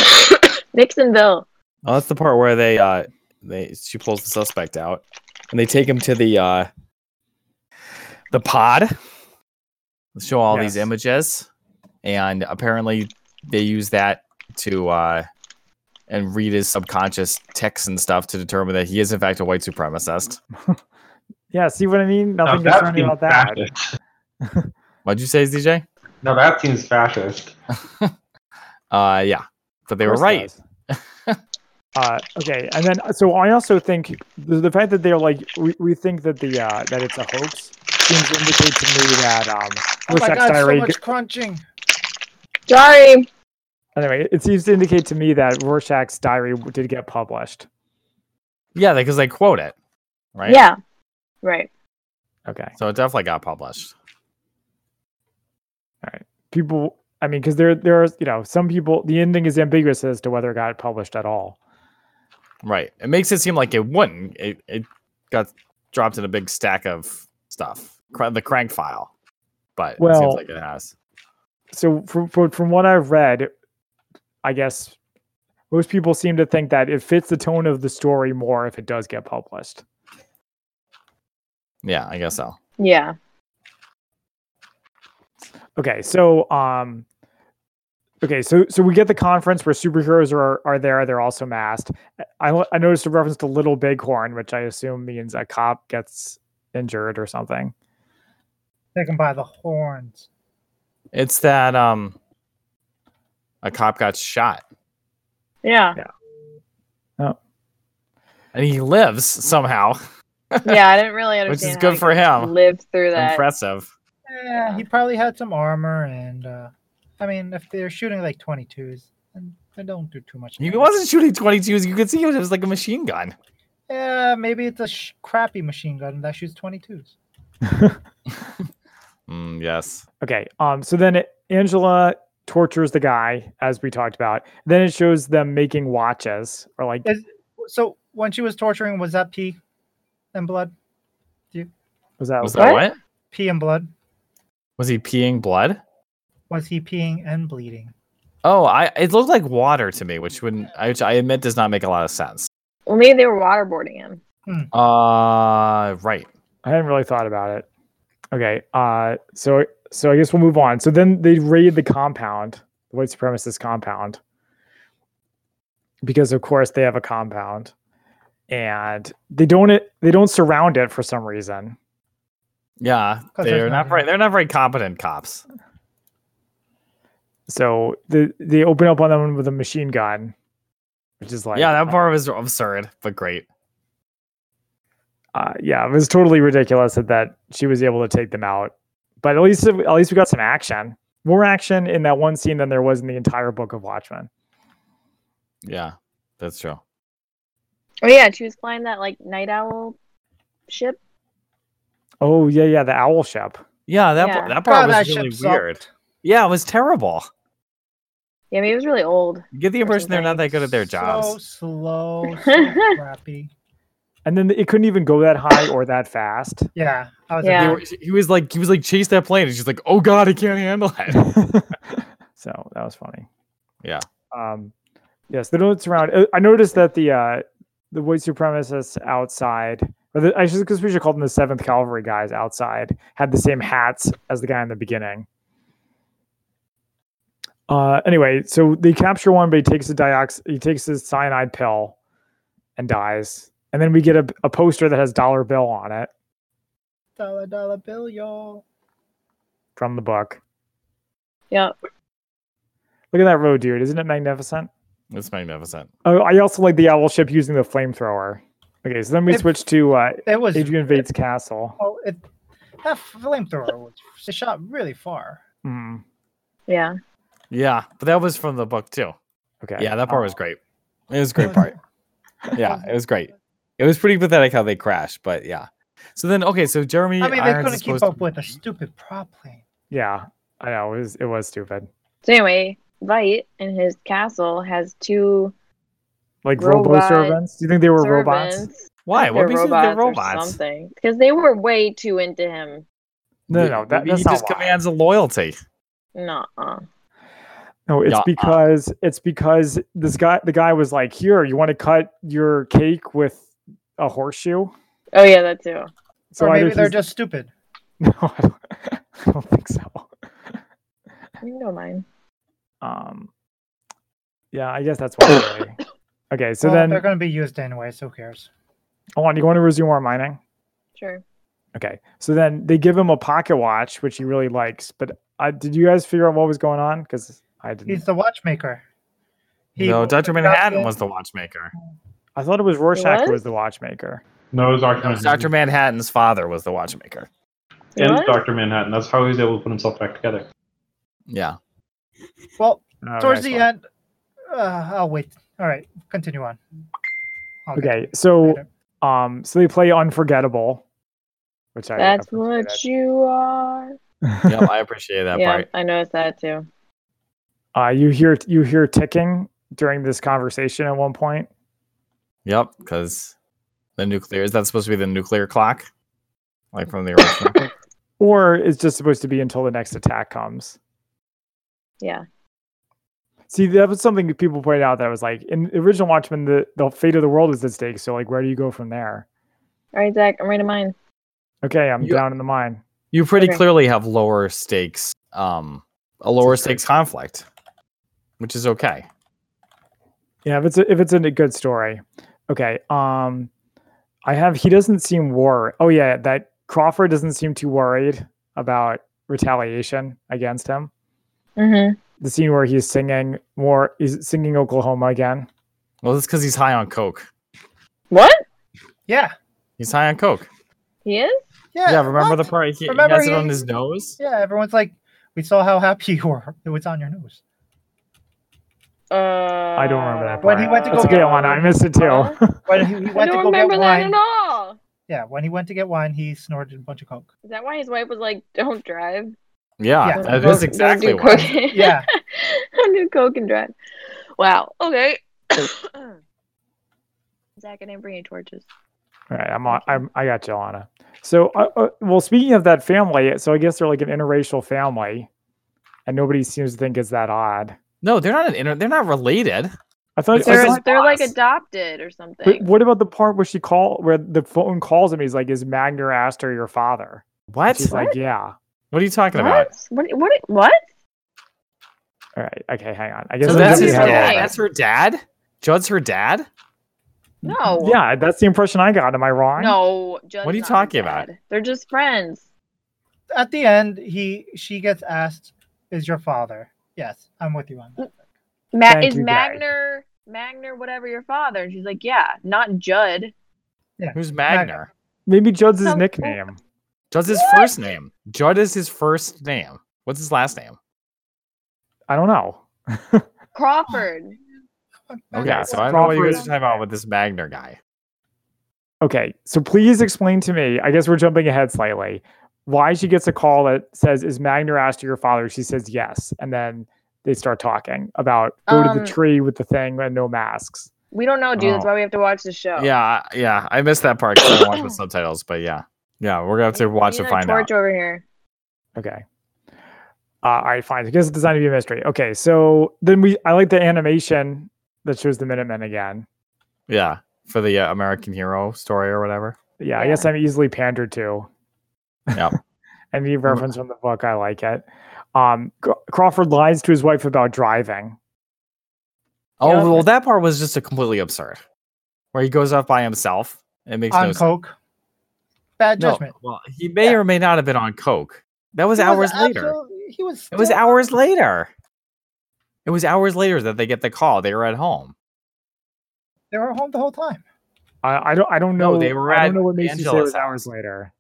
Speaker 1: Nixonville.
Speaker 4: Oh, that's the part where they uh they she pulls the suspect out and they take him to the uh the pod. Show all these
Speaker 2: Yes.
Speaker 4: images, and apparently they use that to uh and read his subconscious texts and stuff to determine that he is in fact a white supremacist.
Speaker 2: Yeah, see what I mean?
Speaker 5: Now,
Speaker 2: Nothing
Speaker 5: that
Speaker 2: concerning
Speaker 5: seems
Speaker 2: about that.
Speaker 5: fascist.
Speaker 4: What'd you say, DJ?
Speaker 5: No, that seems fascist.
Speaker 4: Uh, yeah, but they
Speaker 2: Of
Speaker 4: were
Speaker 2: course it
Speaker 4: right.
Speaker 2: does. uh, okay, and then so I also think the, the fact that they're like we, we think that the uh, that it's a hoax seems to indicate to me that um
Speaker 3: Oh my
Speaker 2: Versace
Speaker 3: god, so
Speaker 2: Diary-
Speaker 3: much crunching.
Speaker 1: Sorry.
Speaker 2: anyway it seems to indicate to me that Rorschach's diary did get published.
Speaker 4: Yeah, because they quote it, right?
Speaker 1: Yeah. Right.
Speaker 2: Okay,
Speaker 4: So it definitely got published.
Speaker 2: people. I mean, because there there are you know some people the ending is ambiguous as to whether it got published at all.
Speaker 4: Right. It makes it seem like it wouldn't. It, it got dropped in a big stack of stuff, cr- the crank file. But it
Speaker 2: Well-
Speaker 4: seems like it has.
Speaker 2: so from, from from what I've read, I guess most people seem to think that it fits the tone of the story more if it does get published.
Speaker 4: Yeah, I guess so.
Speaker 1: Yeah.
Speaker 2: Okay, so um, okay, so so we get the conference where superheroes are are there. They're also masked. I I noticed a reference to Little Bighorn, which I assume means a cop gets injured or something.
Speaker 3: Taken by the horns.
Speaker 4: It's that um, a cop got shot
Speaker 1: Yeah.
Speaker 4: and he lives somehow,
Speaker 1: Yeah. I didn't really
Speaker 4: which is
Speaker 1: understand.
Speaker 4: good for him.
Speaker 1: Live through that.
Speaker 4: Impressive.
Speaker 3: Yeah, he probably had some armor, and uh, I mean, if they're shooting like 22s, then they don't do too much.
Speaker 4: He
Speaker 3: damage.
Speaker 4: wasn't shooting 22s. You could see it was like a machine gun.
Speaker 3: Yeah, maybe it's a sh- crappy machine gun that shoots 22s.
Speaker 4: Mm, yes.
Speaker 2: Okay. Um. So then it, Angela tortures the guy as we talked about. Then it shows them making watches or like
Speaker 3: Is- So when she was torturing, was that pee and blood?
Speaker 2: was that
Speaker 4: Was that what?
Speaker 3: Pee and blood?
Speaker 4: Was he peeing blood?
Speaker 3: Was he peeing and bleeding?
Speaker 4: Oh, I it looked like water to me, which wouldn't I- which I admit does not make a lot of sense.
Speaker 1: Well, maybe they were waterboarding him.
Speaker 4: Uh right.
Speaker 2: I hadn't really thought about it. Okay. Uh so so I guess we'll move on. So then they raid the compound, the white supremacist compound. Because of course they have a compound. And they don't they don't surround it for some reason.
Speaker 4: Yeah,
Speaker 3: there's
Speaker 4: they're not
Speaker 3: nothing.
Speaker 4: very they're not very competent cops.
Speaker 2: So the they open up on them with a machine gun, which is like
Speaker 4: yeah, that part was absurd, but great.
Speaker 2: uh, yeah, it was totally ridiculous that, that she was able to take them out. But at least at least we got some action. More action in that one scene than there was in the entire book of Watchmen.
Speaker 4: Yeah, that's true.
Speaker 1: Oh yeah, she was flying that like night owl ship.
Speaker 2: Oh yeah, yeah, the owl ship.
Speaker 4: Yeah, that
Speaker 1: Yeah.
Speaker 4: that part
Speaker 3: God,
Speaker 4: was
Speaker 3: that
Speaker 4: really
Speaker 3: ship sucked.
Speaker 4: weird. Yeah, it was terrible.
Speaker 1: Yeah, maybe it was really old.
Speaker 4: You get the impression they're not that good at their
Speaker 3: So
Speaker 4: jobs.
Speaker 3: slow, so crappy.
Speaker 2: And then it couldn't even go that high or that fast.
Speaker 3: Yeah, I was.
Speaker 1: Yeah.
Speaker 4: They were- he was like he was like chase that plane and she's like, "Oh god, I can't handle it."
Speaker 2: so that was funny.
Speaker 4: Yeah.
Speaker 2: Um, yes, the notes around. uh, I noticed that the uh, the white supremacists outside, or the, I should because we should call them the Seventh Cavalry guys outside, had the same hats as the guy in the beginning. Uh, anyway, so they capture one, but he takes a diox, he takes his cyanide pill, and dies. And then we get a, a poster that has dollar bill on it
Speaker 3: Dollar dollar bill, y'all.
Speaker 2: from the book.
Speaker 1: Yep.
Speaker 2: Look at that road, dude! Isn't it magnificent?
Speaker 4: It's magnificent.
Speaker 2: Oh, I also like the owl ship using the flamethrower. Okay, so then we
Speaker 3: If-
Speaker 2: switch to uh,
Speaker 3: It was
Speaker 2: Adrian Vate's castle.
Speaker 3: Oh, it, that flamethrower was it shot really far.
Speaker 2: Mm,
Speaker 1: Yeah.
Speaker 4: Yeah, but that was from the book too.
Speaker 2: okay. Uh,
Speaker 4: Yeah, that part was great. It was a great
Speaker 3: That
Speaker 4: part. Yeah, it was great. It was pretty pathetic how they crashed, but yeah. So then, okay, so Jeremy,
Speaker 3: I mean, they
Speaker 4: Irons is
Speaker 3: couldn't keep
Speaker 4: supposed
Speaker 3: up
Speaker 4: to-
Speaker 3: with a stupid prop plane.
Speaker 2: Yeah, I know it was it was stupid.
Speaker 1: So anyway, Vite in his castle has two
Speaker 2: Like robo
Speaker 1: Robot
Speaker 2: servants. Do you think they were robots?
Speaker 1: servants.
Speaker 4: Why?
Speaker 1: They're
Speaker 4: What makes robots they're
Speaker 1: Or
Speaker 4: robots?
Speaker 1: something. Because they were way too into him.
Speaker 2: No, no, that,
Speaker 4: Maybe
Speaker 2: that's
Speaker 4: he
Speaker 2: not
Speaker 4: just
Speaker 2: why.
Speaker 4: commands a loyalty.
Speaker 1: Nuh uh.
Speaker 2: No, it's
Speaker 4: Yeah.
Speaker 2: because it's because this guy the guy was like, "Here, you want to cut your cake with a horseshoe?"
Speaker 1: Oh, yeah, that too.
Speaker 2: So
Speaker 3: or
Speaker 2: either
Speaker 3: maybe they're
Speaker 2: he's-
Speaker 3: just stupid.
Speaker 2: no, I don't, I don't think so.
Speaker 1: You don't mind.
Speaker 2: Um, yeah, I guess that's why. really. Okay, so
Speaker 3: well,
Speaker 2: then,
Speaker 3: they're going to be used anyway, so who cares?
Speaker 2: hold on, you want to resume our mining?
Speaker 1: Sure.
Speaker 2: Okay, so then they give him a pocket watch, which he really likes. But uh, did you guys figure out what was going on? Because I didn't.
Speaker 3: He's the watchmaker.
Speaker 4: no, Dr.
Speaker 3: figure out
Speaker 4: Manhattan
Speaker 3: the-
Speaker 4: was the watchmaker.
Speaker 2: I thought it was Rorschach
Speaker 1: was?
Speaker 2: was the watchmaker.
Speaker 5: No, it's Dr.
Speaker 4: No,
Speaker 5: Manhattan.
Speaker 4: Dr. Manhattan's father was the watchmaker.
Speaker 5: and
Speaker 1: What?
Speaker 5: Dr. Manhattan. That's how he's able to put himself back together.
Speaker 4: Yeah.
Speaker 3: Well,
Speaker 2: Oh,
Speaker 3: towards
Speaker 2: nice
Speaker 3: the
Speaker 2: one.
Speaker 3: end, uh, I'll wait. All right, continue on. I'll get
Speaker 2: Okay,
Speaker 3: to it
Speaker 2: so
Speaker 3: later.
Speaker 2: um, so they play Unforgettable, which I
Speaker 1: That's
Speaker 2: appreciated.
Speaker 1: what you are.
Speaker 4: Yep, I appreciate that
Speaker 1: yeah,
Speaker 4: part.
Speaker 1: I noticed that too.
Speaker 2: uh, you hear you hear ticking during this conversation at one point.
Speaker 4: Yep, because the nuclear is that supposed to be the nuclear clock? Like from the original?
Speaker 2: or it's just supposed to be until the next attack comes.
Speaker 1: Yeah.
Speaker 2: See, that was something that people pointed out that was like in the original Watchmen, the, the fate of the world is at stake. So, like, where do you go from there?
Speaker 1: All right, Zach, I'm ready to mine.
Speaker 2: Okay, I'm
Speaker 4: You-
Speaker 2: down in the mine.
Speaker 4: you pretty
Speaker 1: Okay.
Speaker 4: clearly have lower stakes, um a lower stakes conflict. Which is okay.
Speaker 2: Yeah, if it's a, if it's a good story, okay. Um, I have he doesn't seem worried. Oh yeah, that Crawford doesn't seem too worried about retaliation against him.
Speaker 1: Mm-hmm.
Speaker 2: The scene where he's singing more, he's singing Oklahoma again.
Speaker 4: Well, that's because he's high on coke.
Speaker 1: What?
Speaker 3: Yeah,
Speaker 4: He's high on coke.
Speaker 1: He is?
Speaker 3: yeah.
Speaker 4: Yeah, remember
Speaker 3: what?
Speaker 4: the part he, he
Speaker 3: Remember
Speaker 4: has it on
Speaker 3: he-
Speaker 4: his nose?
Speaker 3: Yeah, everyone's like, we saw how happy you were. It was on your nose.
Speaker 1: Uh, I
Speaker 2: don't remember that
Speaker 3: When he went to
Speaker 2: That's a
Speaker 3: go-
Speaker 2: good one. I missed it too.
Speaker 1: Huh?
Speaker 3: When he, he
Speaker 1: I
Speaker 3: went to
Speaker 1: don't
Speaker 3: go get
Speaker 1: remember that
Speaker 3: wine,
Speaker 1: at all.
Speaker 3: yeah, when he went to get wine, he snorted a bunch of coke.
Speaker 1: Is that why his wife was like, "Don't drive"?
Speaker 4: Yeah,
Speaker 3: Yeah.
Speaker 4: that
Speaker 1: Don't-
Speaker 4: is exactly
Speaker 1: don't do
Speaker 4: what.
Speaker 1: coke.
Speaker 3: Yeah.
Speaker 1: don't do coke and drive. Wow. Okay. Zach, I didn't bring any torches.
Speaker 2: All right, I'm on. I'm, I got you, Alana. So, uh, uh, well, speaking of that family, so I guess they're like an interracial family, and nobody seems to think it's that odd.
Speaker 4: No, they're not an inter- they're not related.
Speaker 2: I thought.
Speaker 4: It's
Speaker 2: I
Speaker 1: They're,
Speaker 4: his
Speaker 2: thought-
Speaker 1: they're like
Speaker 4: boss.
Speaker 1: adopted or
Speaker 2: but
Speaker 1: something.
Speaker 2: what about the part where she call where the phone calls him? He's like, "Is Magner Astor your father?"
Speaker 4: What?
Speaker 2: She's
Speaker 4: What
Speaker 2: like, "Yeah."
Speaker 4: are you talking about?
Speaker 1: What? What? What? What?
Speaker 2: All right. Okay, hang on. I guess
Speaker 4: So
Speaker 2: I'm
Speaker 4: that's
Speaker 2: definitely
Speaker 4: his
Speaker 1: Yeah.
Speaker 2: having-
Speaker 4: dad.
Speaker 1: Yeah.
Speaker 4: That's her dad? Judd's her dad? Mm-hmm.
Speaker 1: No.
Speaker 2: Yeah, that's the impression I got. Am I wrong?
Speaker 1: No. Just
Speaker 4: What are you
Speaker 1: not
Speaker 4: talking
Speaker 1: his
Speaker 4: about?
Speaker 1: dad. They're just friends.
Speaker 3: At the end, he she gets asked, "Is your father?" Yes, I'm with you on that.
Speaker 1: Ma-
Speaker 2: Thank
Speaker 1: is
Speaker 2: you, guys.
Speaker 1: Magner Magner whatever your father? And she's like, yeah, not Judd.
Speaker 4: Who's Magner?
Speaker 2: Maybe Judd's his
Speaker 1: Some-
Speaker 2: nickname.
Speaker 4: Judd's his
Speaker 1: What?
Speaker 4: first name. Judd is his first name. What's his last name?
Speaker 2: I don't know.
Speaker 1: Crawford.
Speaker 4: Okay,
Speaker 2: Yeah,
Speaker 4: so I don't know what you
Speaker 2: Crawford.
Speaker 4: guys are talking about with this Magner guy.
Speaker 2: Okay, so please explain to me. I guess we're jumping ahead slightly. Why she gets a call that says, "Is Magner asked your father?" She says, "Yes," and then they start talking about go to
Speaker 1: Um,
Speaker 2: the tree with the thing and no masks.
Speaker 1: We don't know, dude. That's
Speaker 4: Oh.
Speaker 1: why we have to watch the show.
Speaker 4: Yeah, yeah. I missed that part because I watched with subtitles, but yeah. Yeah, we're gonna have to
Speaker 1: We
Speaker 4: watch
Speaker 1: need
Speaker 4: and
Speaker 1: a
Speaker 4: find out.
Speaker 1: torch over here.
Speaker 2: Okay. Uh, all right, fine. I guess it's designed to be a mystery. Okay, so then we I like the animation that shows the Minutemen again.
Speaker 4: Yeah. For the uh, American hero story or whatever.
Speaker 2: Yeah, I guess I'm easily pandered to.
Speaker 4: Yep.
Speaker 2: Any reference from the book, I like it. Um, Cra- Crawford lies to his wife about driving.
Speaker 4: Oh
Speaker 1: Yeah.
Speaker 4: well, that part was just a completely absurd, where he goes off by himself. It makes
Speaker 3: on
Speaker 4: no sense.
Speaker 3: coke. Bad
Speaker 4: No,
Speaker 3: judgment.
Speaker 4: well, he may or may not have been on coke. That was
Speaker 3: He
Speaker 4: hours later.
Speaker 3: absolutely- He was.
Speaker 4: It was
Speaker 3: still-
Speaker 4: hours later. It was hours later that they get the call. They were at home.
Speaker 3: They were home the whole time.
Speaker 2: I, I don't. I don't
Speaker 4: No,
Speaker 2: know.
Speaker 4: they were
Speaker 2: I
Speaker 4: at
Speaker 2: don't know what makes you say it
Speaker 4: Angela's
Speaker 2: was hours
Speaker 4: house.
Speaker 2: later.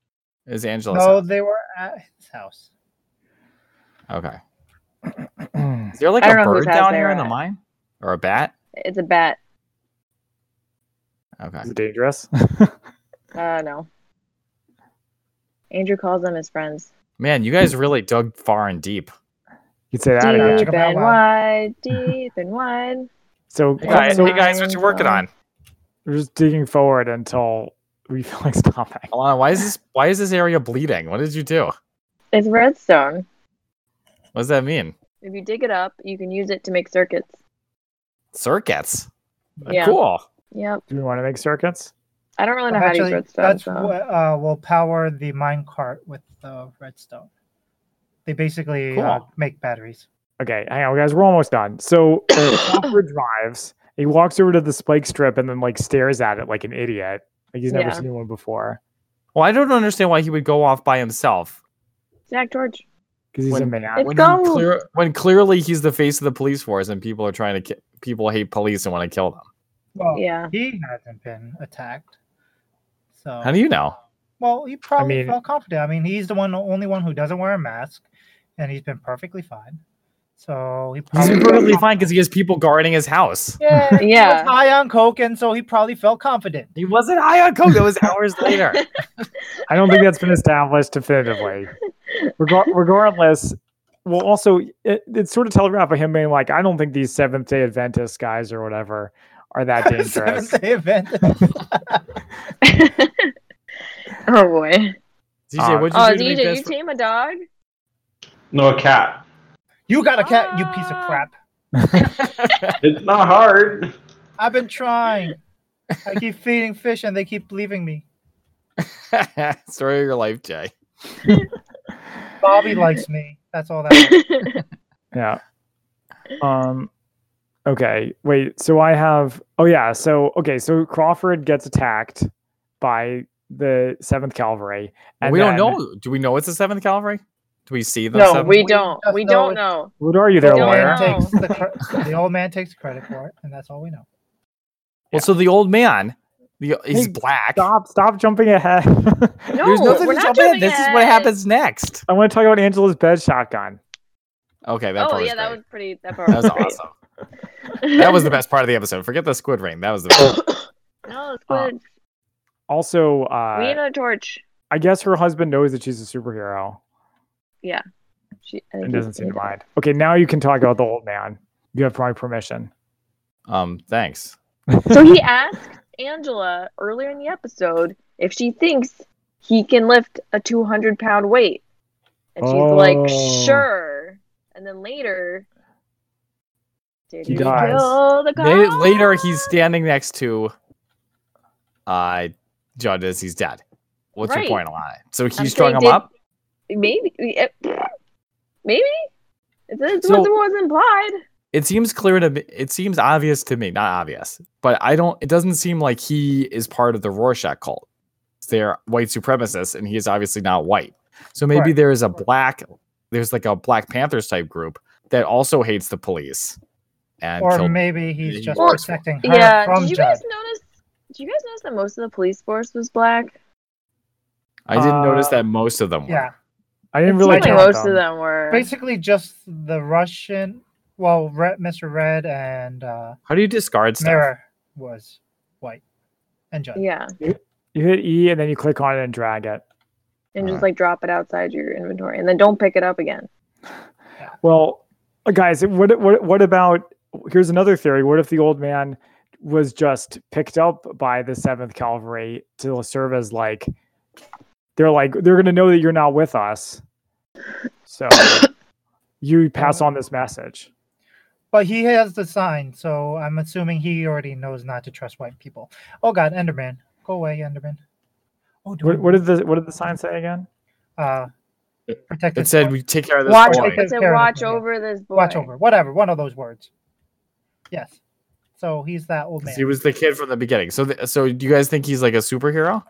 Speaker 4: It was Angela's.
Speaker 3: No, they were at his house.
Speaker 4: house. Okay.
Speaker 2: Mm.
Speaker 4: Is there like
Speaker 1: I
Speaker 4: a
Speaker 1: don't know whose
Speaker 4: bird
Speaker 1: house
Speaker 4: down
Speaker 1: they
Speaker 4: here in
Speaker 1: were
Speaker 4: the
Speaker 1: at.
Speaker 4: mine or a bat?
Speaker 1: It's a bat.
Speaker 4: Okay.
Speaker 2: Is it dangerous?
Speaker 1: Uh, no. Andrew calls them his friends.
Speaker 4: Man, you guys really dug far and deep.
Speaker 2: You'd say that
Speaker 3: Dude.
Speaker 2: again.
Speaker 3: check
Speaker 1: Deep
Speaker 3: 'em
Speaker 1: and
Speaker 3: out loud.
Speaker 1: wide, deep and wide.
Speaker 2: So,
Speaker 4: Hey guys,
Speaker 2: so
Speaker 4: hey guys, what you working on?
Speaker 2: we're just digging forward until we feel like stopping.
Speaker 4: Alana, why is this why is this area bleeding? What did you do?
Speaker 1: It's redstone.
Speaker 4: What does that mean?
Speaker 1: If you dig it up, you can use it to make circuits.
Speaker 4: Circuits. Uh,
Speaker 1: Yeah.
Speaker 4: Cool.
Speaker 1: Yep.
Speaker 2: Do we want to make circuits?
Speaker 1: I don't really know how to use
Speaker 3: Actually,
Speaker 1: redstone.
Speaker 3: that's
Speaker 1: so.
Speaker 3: what uh, will power the minecart with the redstone. They basically uh,
Speaker 4: Cool.
Speaker 3: make batteries.
Speaker 2: Okay, hang on, guys. We're almost done. So, Hopper drives. He walks over to the spike strip and then like stares at it like an idiot, like he's never
Speaker 1: Yeah.
Speaker 2: seen one before.
Speaker 4: Well, I don't understand why he would go off by himself.
Speaker 1: Zach George.
Speaker 2: Because he's a
Speaker 4: When-
Speaker 2: man.
Speaker 1: It's
Speaker 4: When,
Speaker 1: gold.
Speaker 4: he clear, when clearly he's the face of the police force and people are trying to ki- people hate police and want to kill them.
Speaker 3: Well,
Speaker 1: Yeah.
Speaker 3: he hasn't been attacked. So,
Speaker 4: How do you know?
Speaker 3: well, he probably
Speaker 2: mean-
Speaker 3: felt confident. I mean, he's the one, the only one who doesn't wear a mask, and he's been perfectly fine. So he
Speaker 4: He's
Speaker 3: probably felt
Speaker 4: perfectly
Speaker 3: confident.
Speaker 4: fine because he has people guarding his house.
Speaker 3: Yeah,
Speaker 1: Yeah.
Speaker 3: He was high on coke, and so he probably felt confident.
Speaker 4: He wasn't high on coke. That was hours later.
Speaker 2: I don't think that's been established definitively. Regar- regardless, well, also it, it's sort of telegraphed by him being like, I don't think these Seventh Day Adventist guys or whatever are that dangerous.
Speaker 3: Seventh Day Adventist.
Speaker 1: oh boy.
Speaker 4: DJ, what'd you
Speaker 1: Oh,
Speaker 4: do to make
Speaker 1: DJ, you
Speaker 4: this-
Speaker 1: tame a dog?
Speaker 5: No, a cat.
Speaker 3: You got a cat, you piece
Speaker 1: Ah.
Speaker 3: of crap.
Speaker 5: It's not hard.
Speaker 3: I've been trying. I keep feeding fish, and they keep leaving me.
Speaker 4: Story of your life, Jay.
Speaker 3: Bobby likes me. That's all that. matters.
Speaker 2: yeah. Um. Okay. Wait. So I have. Oh yeah. So okay. So Crawford gets attacked by the Seventh Cavalry.
Speaker 4: we
Speaker 2: then-
Speaker 4: don't know. Do we know it's the seventh cavalry? Do we see the
Speaker 1: no,
Speaker 4: seventh?
Speaker 1: we
Speaker 3: We
Speaker 1: don't.
Speaker 3: just
Speaker 1: We
Speaker 3: know
Speaker 1: don't
Speaker 3: it's-
Speaker 1: know.
Speaker 2: What are you
Speaker 3: The
Speaker 2: there,
Speaker 1: Don't
Speaker 3: old
Speaker 2: lawyer?
Speaker 3: man
Speaker 1: know.
Speaker 3: takes the, cre- the old man takes credit for it, and that's all we know.
Speaker 4: Well, so the old man, the, he's
Speaker 2: Hey,
Speaker 4: black.
Speaker 2: Stop! Stop jumping ahead.
Speaker 1: No,
Speaker 4: There's nothing
Speaker 1: we're
Speaker 4: to
Speaker 1: not
Speaker 4: jump in.
Speaker 1: jumping
Speaker 4: This is what
Speaker 1: ahead.
Speaker 4: happens next.
Speaker 2: I want to talk about Angela's bed shotgun.
Speaker 4: Okay, that
Speaker 1: Oh
Speaker 4: part
Speaker 1: yeah,
Speaker 4: was
Speaker 1: that
Speaker 4: great.
Speaker 1: was pretty. That part
Speaker 4: That was
Speaker 1: was great.
Speaker 4: awesome. That was the best part of the episode. Forget the squid ring. That was the best.
Speaker 1: no, it's good.
Speaker 2: Also,
Speaker 1: we need
Speaker 2: uh,
Speaker 1: a torch.
Speaker 2: I guess her husband knows that she's a superhero
Speaker 1: She, I think
Speaker 2: and
Speaker 1: he's-
Speaker 2: doesn't seem
Speaker 1: he
Speaker 2: to
Speaker 1: does.
Speaker 2: mind. Okay, now you can talk about the old man. You have probably permission.
Speaker 4: um, thanks.
Speaker 1: So he asked Angela earlier in the episode if she thinks he can lift a 200 pound weight. And she's like,
Speaker 2: Oh.
Speaker 1: sure. And then later, did
Speaker 2: He
Speaker 1: he,
Speaker 2: dies.
Speaker 1: kill the
Speaker 4: They-
Speaker 1: guy?
Speaker 4: later, he's standing next to, uh, Judd as he's dead. What's
Speaker 1: Right.
Speaker 4: your point, Alana? So he
Speaker 1: I'm
Speaker 4: strung
Speaker 1: saying
Speaker 4: him
Speaker 1: did-
Speaker 4: up.
Speaker 1: Maybe. it- Maybe? This
Speaker 4: So-
Speaker 1: was, was implied.
Speaker 4: it seems clear to me it seems obvious to me not obvious but i don't it doesn't seem like he is part of the rorschach cult they're white supremacists and he is obviously not white so maybe
Speaker 3: Right.
Speaker 4: there is a black there's like a black panthers type group that also hates the police and
Speaker 3: Or
Speaker 4: killed-
Speaker 3: maybe he's
Speaker 4: he
Speaker 3: just
Speaker 1: works
Speaker 3: protecting her
Speaker 1: Yeah.
Speaker 3: from
Speaker 1: Did you
Speaker 3: Judd.
Speaker 1: guys notice? Did you guys notice that most of the police force was black?
Speaker 4: i didn't notice
Speaker 2: Uh,
Speaker 4: that most of them were.
Speaker 3: Yeah,
Speaker 2: I didn't
Speaker 1: It
Speaker 2: really
Speaker 1: seemed like
Speaker 2: count
Speaker 1: most
Speaker 2: them.
Speaker 1: of them were.
Speaker 3: basically just the Russian. Well, Red, Mr. Red and uh,
Speaker 4: how do you discard stuff
Speaker 3: Mirror was white, and Judd.
Speaker 1: Yeah.
Speaker 2: You hit E and then you click on it and drag it.
Speaker 1: and just
Speaker 4: Alright.
Speaker 1: like drop it outside your inventory and then don't pick it up again.
Speaker 2: Well, uh, guys, what what what about? Here's another theory. What if the old man was just picked up by the Seventh Cavalry to serve as like? They're like they're gonna know that you're not with us, so you pass on this message.
Speaker 3: But he has the sign, so I'm assuming he already knows not to trust white people. Oh God, Enderman, go away, Enderman. Oh, do
Speaker 2: What,
Speaker 3: we-
Speaker 2: what did the what did the sign say again?
Speaker 3: uh, protect
Speaker 4: it
Speaker 3: his
Speaker 4: said
Speaker 3: boy-
Speaker 4: we take care of this
Speaker 1: Watch,
Speaker 4: boy.
Speaker 1: it said,
Speaker 3: Fair enough,
Speaker 1: watch
Speaker 3: yeah.
Speaker 1: over this boy.
Speaker 3: watch over, whatever, one of those words. Yes. So he's that old
Speaker 4: 'Cause
Speaker 3: man.
Speaker 4: he was the kid from the beginning so th- so do you guys think he's like a superhero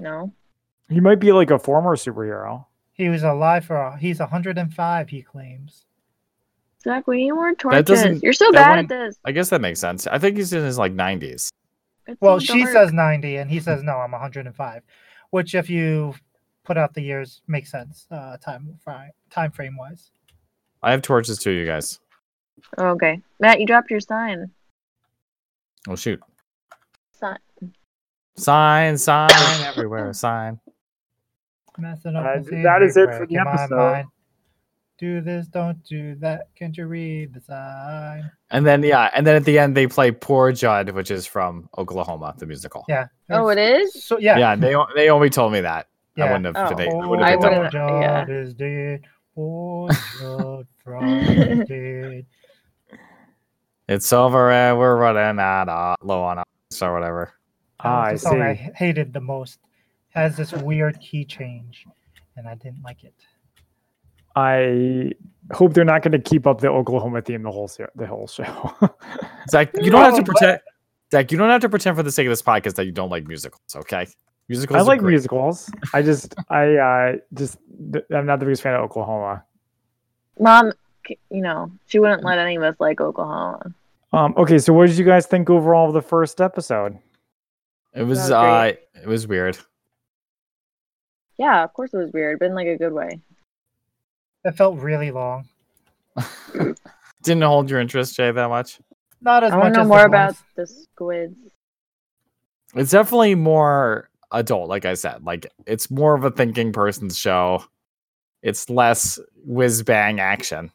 Speaker 1: No,
Speaker 2: He might be like a former superhero.
Speaker 3: He was alive for a, he's 105. He claims.
Speaker 1: Zach, we need more torches.
Speaker 4: doesn't-
Speaker 1: You're so
Speaker 4: that
Speaker 1: bad at
Speaker 4: wouldn't-
Speaker 1: this.
Speaker 4: i guess that makes sense i think he's in his like 90s
Speaker 1: It's
Speaker 3: Well,
Speaker 1: so
Speaker 3: she
Speaker 1: dark.
Speaker 3: says 90, and he says, no, I'm 105, which, if you put out the years, makes sense uh, time, fri- time frame wise.
Speaker 4: I have torches too, you guys.
Speaker 1: Oh, Okay, Matt, you dropped your sign.
Speaker 4: Oh shoot!
Speaker 1: Sign.
Speaker 4: Sign, sign everywhere. Sign.
Speaker 3: Messing up
Speaker 2: Uh,
Speaker 3: is
Speaker 2: th- that is it
Speaker 3: everywhere.
Speaker 2: for the
Speaker 3: Keep my
Speaker 2: episode.
Speaker 3: mind. Do this, don't do that. Can't you read the sign?
Speaker 4: And then yeah, and then at the end they play "Poor Judd," which is from Oklahoma, the musical.
Speaker 3: Yeah.
Speaker 1: Oh, it is.
Speaker 3: So, yeah.
Speaker 4: yeah. They o- they only told me that.
Speaker 3: yeah.
Speaker 4: I wouldn't have.
Speaker 1: Oh.
Speaker 4: they- I
Speaker 3: Oh,
Speaker 4: wouldn't have
Speaker 1: I
Speaker 4: picked up
Speaker 1: wouldn't-
Speaker 4: on it.
Speaker 3: Judd is dead. Oh, Judd Friday dead.
Speaker 4: It's over and we're running out of low on ice or whatever.
Speaker 2: Ah,
Speaker 3: That
Speaker 2: I
Speaker 3: was the song I
Speaker 2: see.
Speaker 3: h- hated the most. Has this weird key change, and I didn't like it.
Speaker 2: I hope they're not going to keep up the Oklahoma theme the whole se- the whole show.
Speaker 4: Zach, you don't have to
Speaker 3: No, but-
Speaker 4: pretend. Zach, you don't have to pretend for the sake of this podcast that you don't like musicals. Okay, musicals.
Speaker 2: I
Speaker 4: are
Speaker 2: like
Speaker 4: great.
Speaker 2: musicals. I just I uh, just I'm not the biggest fan of Oklahoma.
Speaker 1: Mom, c- you know she wouldn't let any of us like Oklahoma.
Speaker 2: Um, okay, so what did you guys think overall of the first episode?
Speaker 4: It was
Speaker 1: That was
Speaker 4: uh, it was weird.
Speaker 1: Yeah, of course it was weird, but in like a good way.
Speaker 3: It felt really long.
Speaker 4: Didn't hold your interest, Jay, that much.
Speaker 3: Not as
Speaker 1: I
Speaker 3: much
Speaker 1: want to know
Speaker 3: as
Speaker 1: more
Speaker 3: the
Speaker 1: about
Speaker 3: voice.
Speaker 1: the squids.
Speaker 4: It's definitely more adult, like I said. Like it's more of a thinking person's show. It's less whiz bang action.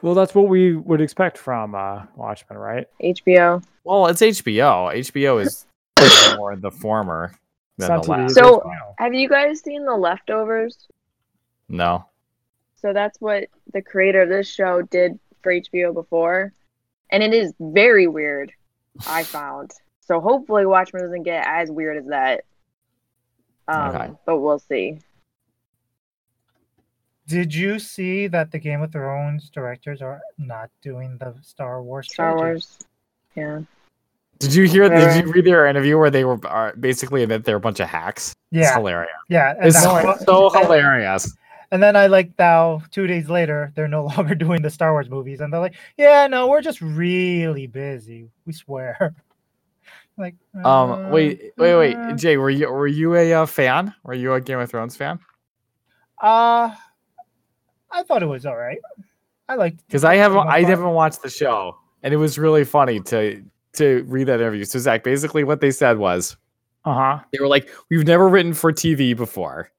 Speaker 2: Well, that's what we would expect from uh, Watchmen, right?
Speaker 1: HBO.
Speaker 4: Well, it's HBO. HBO is more the former
Speaker 2: It's
Speaker 4: than
Speaker 2: not
Speaker 4: the
Speaker 2: TV.
Speaker 4: last.
Speaker 1: So-
Speaker 2: it's-
Speaker 1: Have you guys seen The Leftovers?
Speaker 4: No.
Speaker 1: So that's what the creator of this show did for HBO before, and it is very weird. I found. So hopefully Watchmen doesn't get as weird as that. Um,
Speaker 4: Okay.
Speaker 1: But we'll see.
Speaker 3: Did you see that the Game of Thrones directors are not doing the Star Wars?
Speaker 1: Star
Speaker 3: trilogy?
Speaker 1: Wars. Yeah.
Speaker 4: Did you hear?
Speaker 1: Right.
Speaker 4: Did you read their interview where they were are basically admit they're a bunch of hacks? It's
Speaker 3: Yeah,
Speaker 4: hilarious.
Speaker 3: yeah. And,
Speaker 4: It's so,
Speaker 3: that-
Speaker 4: so hilarious.
Speaker 3: and then I like now. Two days later, they're no longer doing the Star Wars movies, and they're like, "Yeah, no, we're just really busy. We swear." like,
Speaker 4: Um, wait, wait,
Speaker 3: uh,
Speaker 4: wait, Jay, were you were you a uh, fan? Were you a Game of Thrones fan?
Speaker 3: Uh, I thought it was all right. I liked
Speaker 4: Because I haven't
Speaker 3: Well,
Speaker 4: I
Speaker 3: but-
Speaker 4: haven't watched the show, and it was really funny to to read that interview. So Zach, basically, what they said was
Speaker 2: Uh huh.
Speaker 4: they were like, "We've never written for TV before,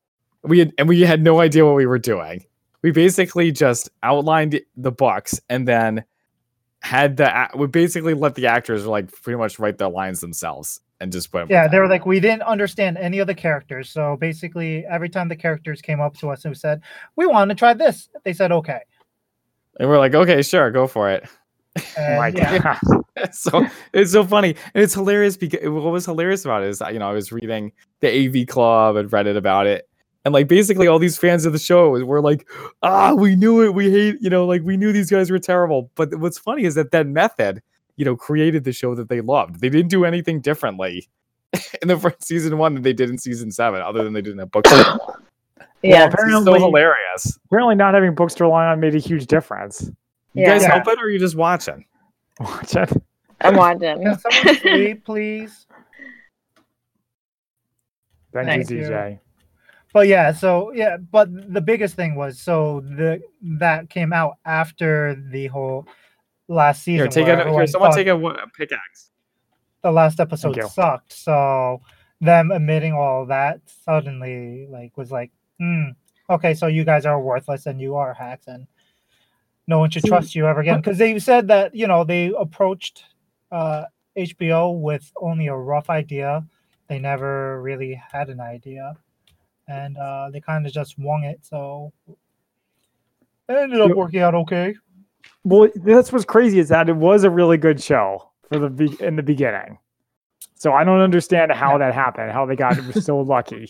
Speaker 4: we had, and we had no idea what we were doing. We basically just outlined the books, and then had the a- we basically let the actors like pretty much write their lines themselves and just went. with
Speaker 3: Yeah,
Speaker 4: it.
Speaker 3: they were like, we didn't understand any of the characters. So basically, every time the characters came up to us and said, we want to try this, they said, okay.
Speaker 4: and we're like, okay, sure, go for it.
Speaker 3: And
Speaker 2: my
Speaker 3: yeah,
Speaker 2: God.
Speaker 4: It's so it's so funny and it's hilarious because what was hilarious about it is you know I was reading the AV Club and Reddit about it and like basically all these fans of the show were like ah we knew it we hate you know like we knew these guys were terrible but what's funny is that that method you know created the show that they loved they didn't do anything differently in the first season one that they did in season seven other than they didn't have books It's
Speaker 1: Yeah.
Speaker 4: so
Speaker 2: Apparently-
Speaker 4: hilarious
Speaker 2: Apparently, not having books to rely on made a huge difference.
Speaker 4: you
Speaker 1: Yeah.
Speaker 4: guys
Speaker 3: Yeah.
Speaker 4: help it or are you just watching
Speaker 2: Watch it.
Speaker 1: I'm watching.
Speaker 3: can someone sleep, please?
Speaker 2: Thank,
Speaker 1: Thank
Speaker 2: you,
Speaker 3: you.
Speaker 2: DJ.
Speaker 3: But yeah, so yeah, but the biggest thing was so the that came out after the whole last season.
Speaker 4: here take
Speaker 3: where
Speaker 4: a
Speaker 3: everyone
Speaker 4: here someone
Speaker 3: thought
Speaker 4: take a, wo- a pickaxe
Speaker 3: the last episode
Speaker 2: you.
Speaker 3: sucked. So them admitting all that suddenly like was like, hmm, okay, so you guys are worthless and you are hacks and no one should trust you ever again. Because they said that, you know, they approached uh HBO with only a rough idea. They never really had an idea. And uh they kind of just won it, so it ended up
Speaker 2: Yep.
Speaker 3: working out okay.
Speaker 2: Well, that's what's crazy is that it was a really good show for the be- in the beginning. So I don't understand how that happened. How they got so lucky.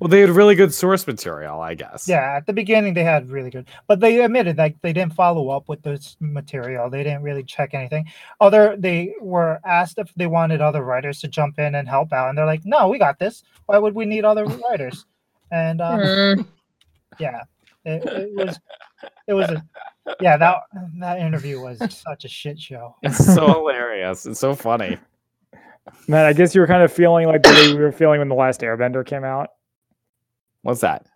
Speaker 4: Well, they had really good source material, I guess.
Speaker 3: Yeah, at the beginning they had really good, but they admitted like they didn't follow up with this material. They didn't really check anything. Other, they were asked if they wanted other writers to jump in and help out, and they're like, "No, we got this. Why would we need other writers?" And um,
Speaker 1: Mm.
Speaker 3: yeah, it, it was, it was, a, yeah that that interview was such a shit show.
Speaker 4: It's so hilarious. It's so funny.
Speaker 2: Matt, I guess you were kind of feeling like the way we were feeling when the last Airbender came out.
Speaker 4: What's that?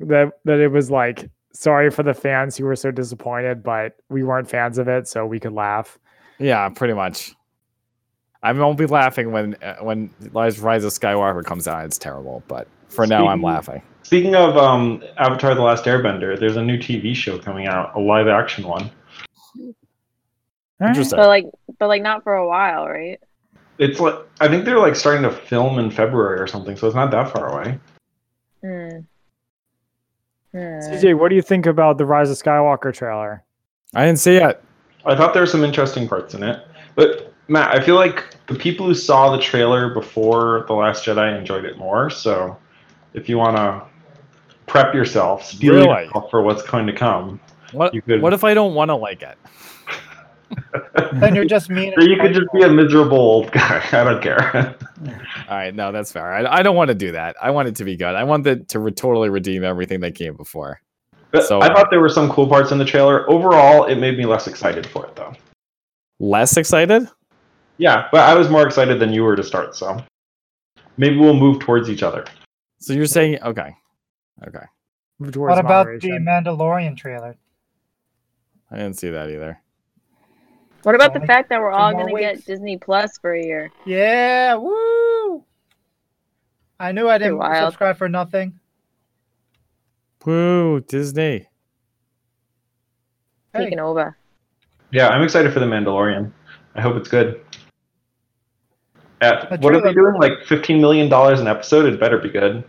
Speaker 2: That that it was like sorry for the fans who were so disappointed, but we weren't fans of it, so we could laugh.
Speaker 4: Yeah, pretty much. I won't be laughing when uh, when Rise Rise of Skywalker comes out. It's terrible, but for now I'm
Speaker 5: Speaking-
Speaker 4: laughing.
Speaker 5: Speaking of um, Avatar: The Last Airbender, there's a new TV show coming out, a live-action one.
Speaker 2: All right.
Speaker 4: Interesting.
Speaker 1: But like, but like not for a while, right?
Speaker 5: It's like I think they're like starting to film in February or something, so it's not that far away.
Speaker 1: Hmm. Hmm.
Speaker 2: CJ, what do you think about the Rise of Skywalker trailer?
Speaker 4: I didn't see it.
Speaker 5: I thought there were some interesting parts in it, but Matt, I feel like the people who saw the trailer before The Last Jedi enjoyed it more. So, if you want to prep yourself, steel
Speaker 4: Really?
Speaker 5: yourself for what's going to come,
Speaker 4: What
Speaker 5: You could-
Speaker 4: What if I don't want to like it?
Speaker 3: Then you're just mean.
Speaker 5: or you could just be a miserable old guy. I don't care.
Speaker 4: All right, no, that's fair. I, I don't want to do that. I want it to be good. I want it to re- totally redeem everything that came before.
Speaker 5: But
Speaker 4: So,
Speaker 5: I
Speaker 4: uh,
Speaker 5: thought there were some cool parts in the trailer. Overall, it made me less excited for it, though.
Speaker 4: Less excited?
Speaker 5: Yeah, but I was more excited than you were to start, so maybe we'll move towards each other.
Speaker 4: So you're saying okay, okay?
Speaker 2: Towards
Speaker 3: What about
Speaker 2: moderation.
Speaker 3: the Mandalorian trailer?
Speaker 4: I didn't see that either.
Speaker 1: What about the
Speaker 3: Only
Speaker 1: fact that we're
Speaker 3: two
Speaker 1: all
Speaker 3: more
Speaker 1: gonna
Speaker 3: weeks.
Speaker 1: get Disney Plus for a year?
Speaker 3: Yeah, woo! I knew I didn't
Speaker 1: wild.
Speaker 3: subscribe for nothing.
Speaker 4: Woo, Disney.
Speaker 3: Hey,
Speaker 1: Taking over.
Speaker 5: Yeah, I'm excited for The Mandalorian. I hope it's good. At,
Speaker 3: But
Speaker 5: what are they
Speaker 3: trailer-
Speaker 5: doing? Like $15 million an episode? It better be good.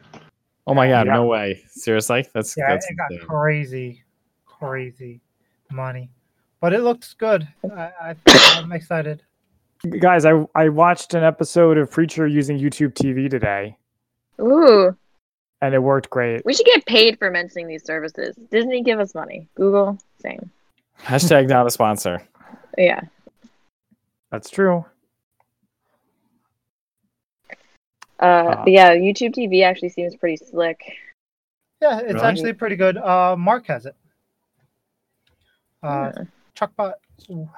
Speaker 4: Oh my god,
Speaker 2: Yeah.
Speaker 4: no way. Seriously? That's
Speaker 3: yeah,
Speaker 4: that's
Speaker 3: it got
Speaker 4: insane.
Speaker 3: crazy, crazy money, but it looks good. I, I, I'm excited.
Speaker 2: Guys, I I watched an episode of Preacher using YouTube TV today,
Speaker 1: Ooh,
Speaker 2: and it worked great.
Speaker 1: we should get paid for mentioning these services. Disney, give us money. Google, same.
Speaker 4: Hashtag not a sponsor.
Speaker 1: Yeah.
Speaker 2: That's true.
Speaker 1: Uh, but yeah, YouTube TV actually seems pretty slick.
Speaker 3: Yeah, it's
Speaker 2: Really?
Speaker 3: actually pretty good. Uh, Mark has it. Uh,
Speaker 1: Hmm.
Speaker 3: Chuckbot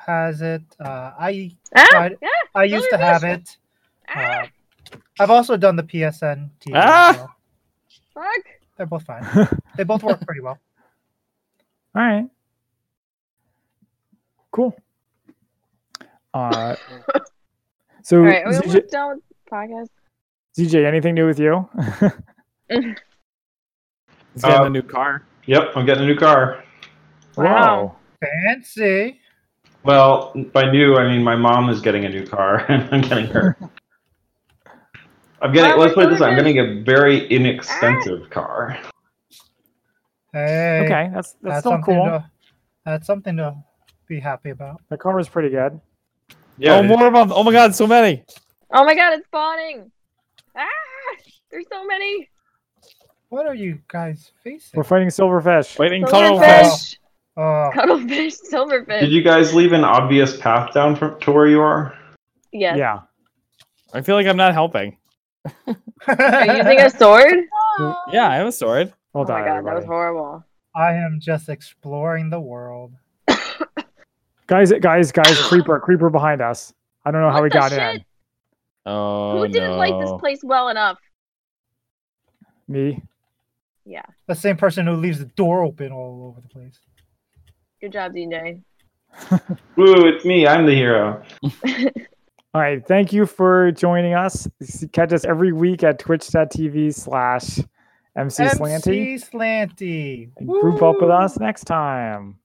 Speaker 3: has it. Uh, I
Speaker 1: Ah,
Speaker 3: tried-
Speaker 1: ah,
Speaker 3: I used to
Speaker 1: Another
Speaker 3: have
Speaker 1: version.
Speaker 3: it.
Speaker 1: ah,
Speaker 3: Uh, I've also done the PSN TV. as
Speaker 4: Ah!
Speaker 3: well.
Speaker 1: fuck.
Speaker 3: They're both fine.
Speaker 2: All
Speaker 3: They both work pretty well.
Speaker 2: right. Cool. Uh, so
Speaker 1: All right, are we
Speaker 2: CJ
Speaker 1: almost done with the podcast?
Speaker 2: CJ, anything new with you?
Speaker 4: He's getting
Speaker 5: Uh,
Speaker 4: a new car.
Speaker 5: Yep, I'm getting a new car.
Speaker 1: Wow.
Speaker 3: Fancy.
Speaker 5: Well, by new, I mean my mom is getting a new car, and I'm getting her. I'm getting.
Speaker 1: Wow,
Speaker 5: let's put it this: way, I'm
Speaker 1: that's really
Speaker 5: getting a very inexpensive car.
Speaker 3: Hey,
Speaker 2: Okay, that's that's, still
Speaker 3: something
Speaker 2: cool.
Speaker 3: To, that's something to be happy about.
Speaker 2: The car was pretty good.
Speaker 5: Yeah,
Speaker 4: oh more of them. Oh my god, so many.
Speaker 1: Oh my god, it's spawning. Ah, there's so many.
Speaker 3: What are you guys facing?
Speaker 2: We're fighting silverfish.
Speaker 4: Waiting
Speaker 1: Silverfish,
Speaker 4: cuttlefish.
Speaker 3: Oh,
Speaker 1: cuttlefish, silverfish.
Speaker 5: did you guys leave an obvious path down from to where you are?
Speaker 1: Yes.
Speaker 2: Yeah.
Speaker 4: I feel like I'm not helping.
Speaker 1: Are you using a sword?
Speaker 4: Yeah, I have a sword.
Speaker 2: Well
Speaker 1: oh my god,
Speaker 2: done,
Speaker 1: that was
Speaker 2: everybody.
Speaker 1: horrible.
Speaker 3: I am just exploring the world.
Speaker 2: Guys, guys, guys! Creeper, creeper behind us. I don't know how
Speaker 1: What
Speaker 2: we
Speaker 1: the
Speaker 2: got
Speaker 1: shit?
Speaker 4: Oh
Speaker 1: Who didn't like this
Speaker 4: no.
Speaker 1: place well enough?
Speaker 2: in. Me.
Speaker 3: The same person who leaves the door open all over the place.
Speaker 1: Good job, DJ.
Speaker 5: Woo! It's me. I'm the hero.
Speaker 2: All right. Thank you for joining us. S- Catch us every week at twitch.tv slash MC Slanty.
Speaker 3: MC Slanty.
Speaker 2: And group up with
Speaker 3: Woo!
Speaker 2: us next time.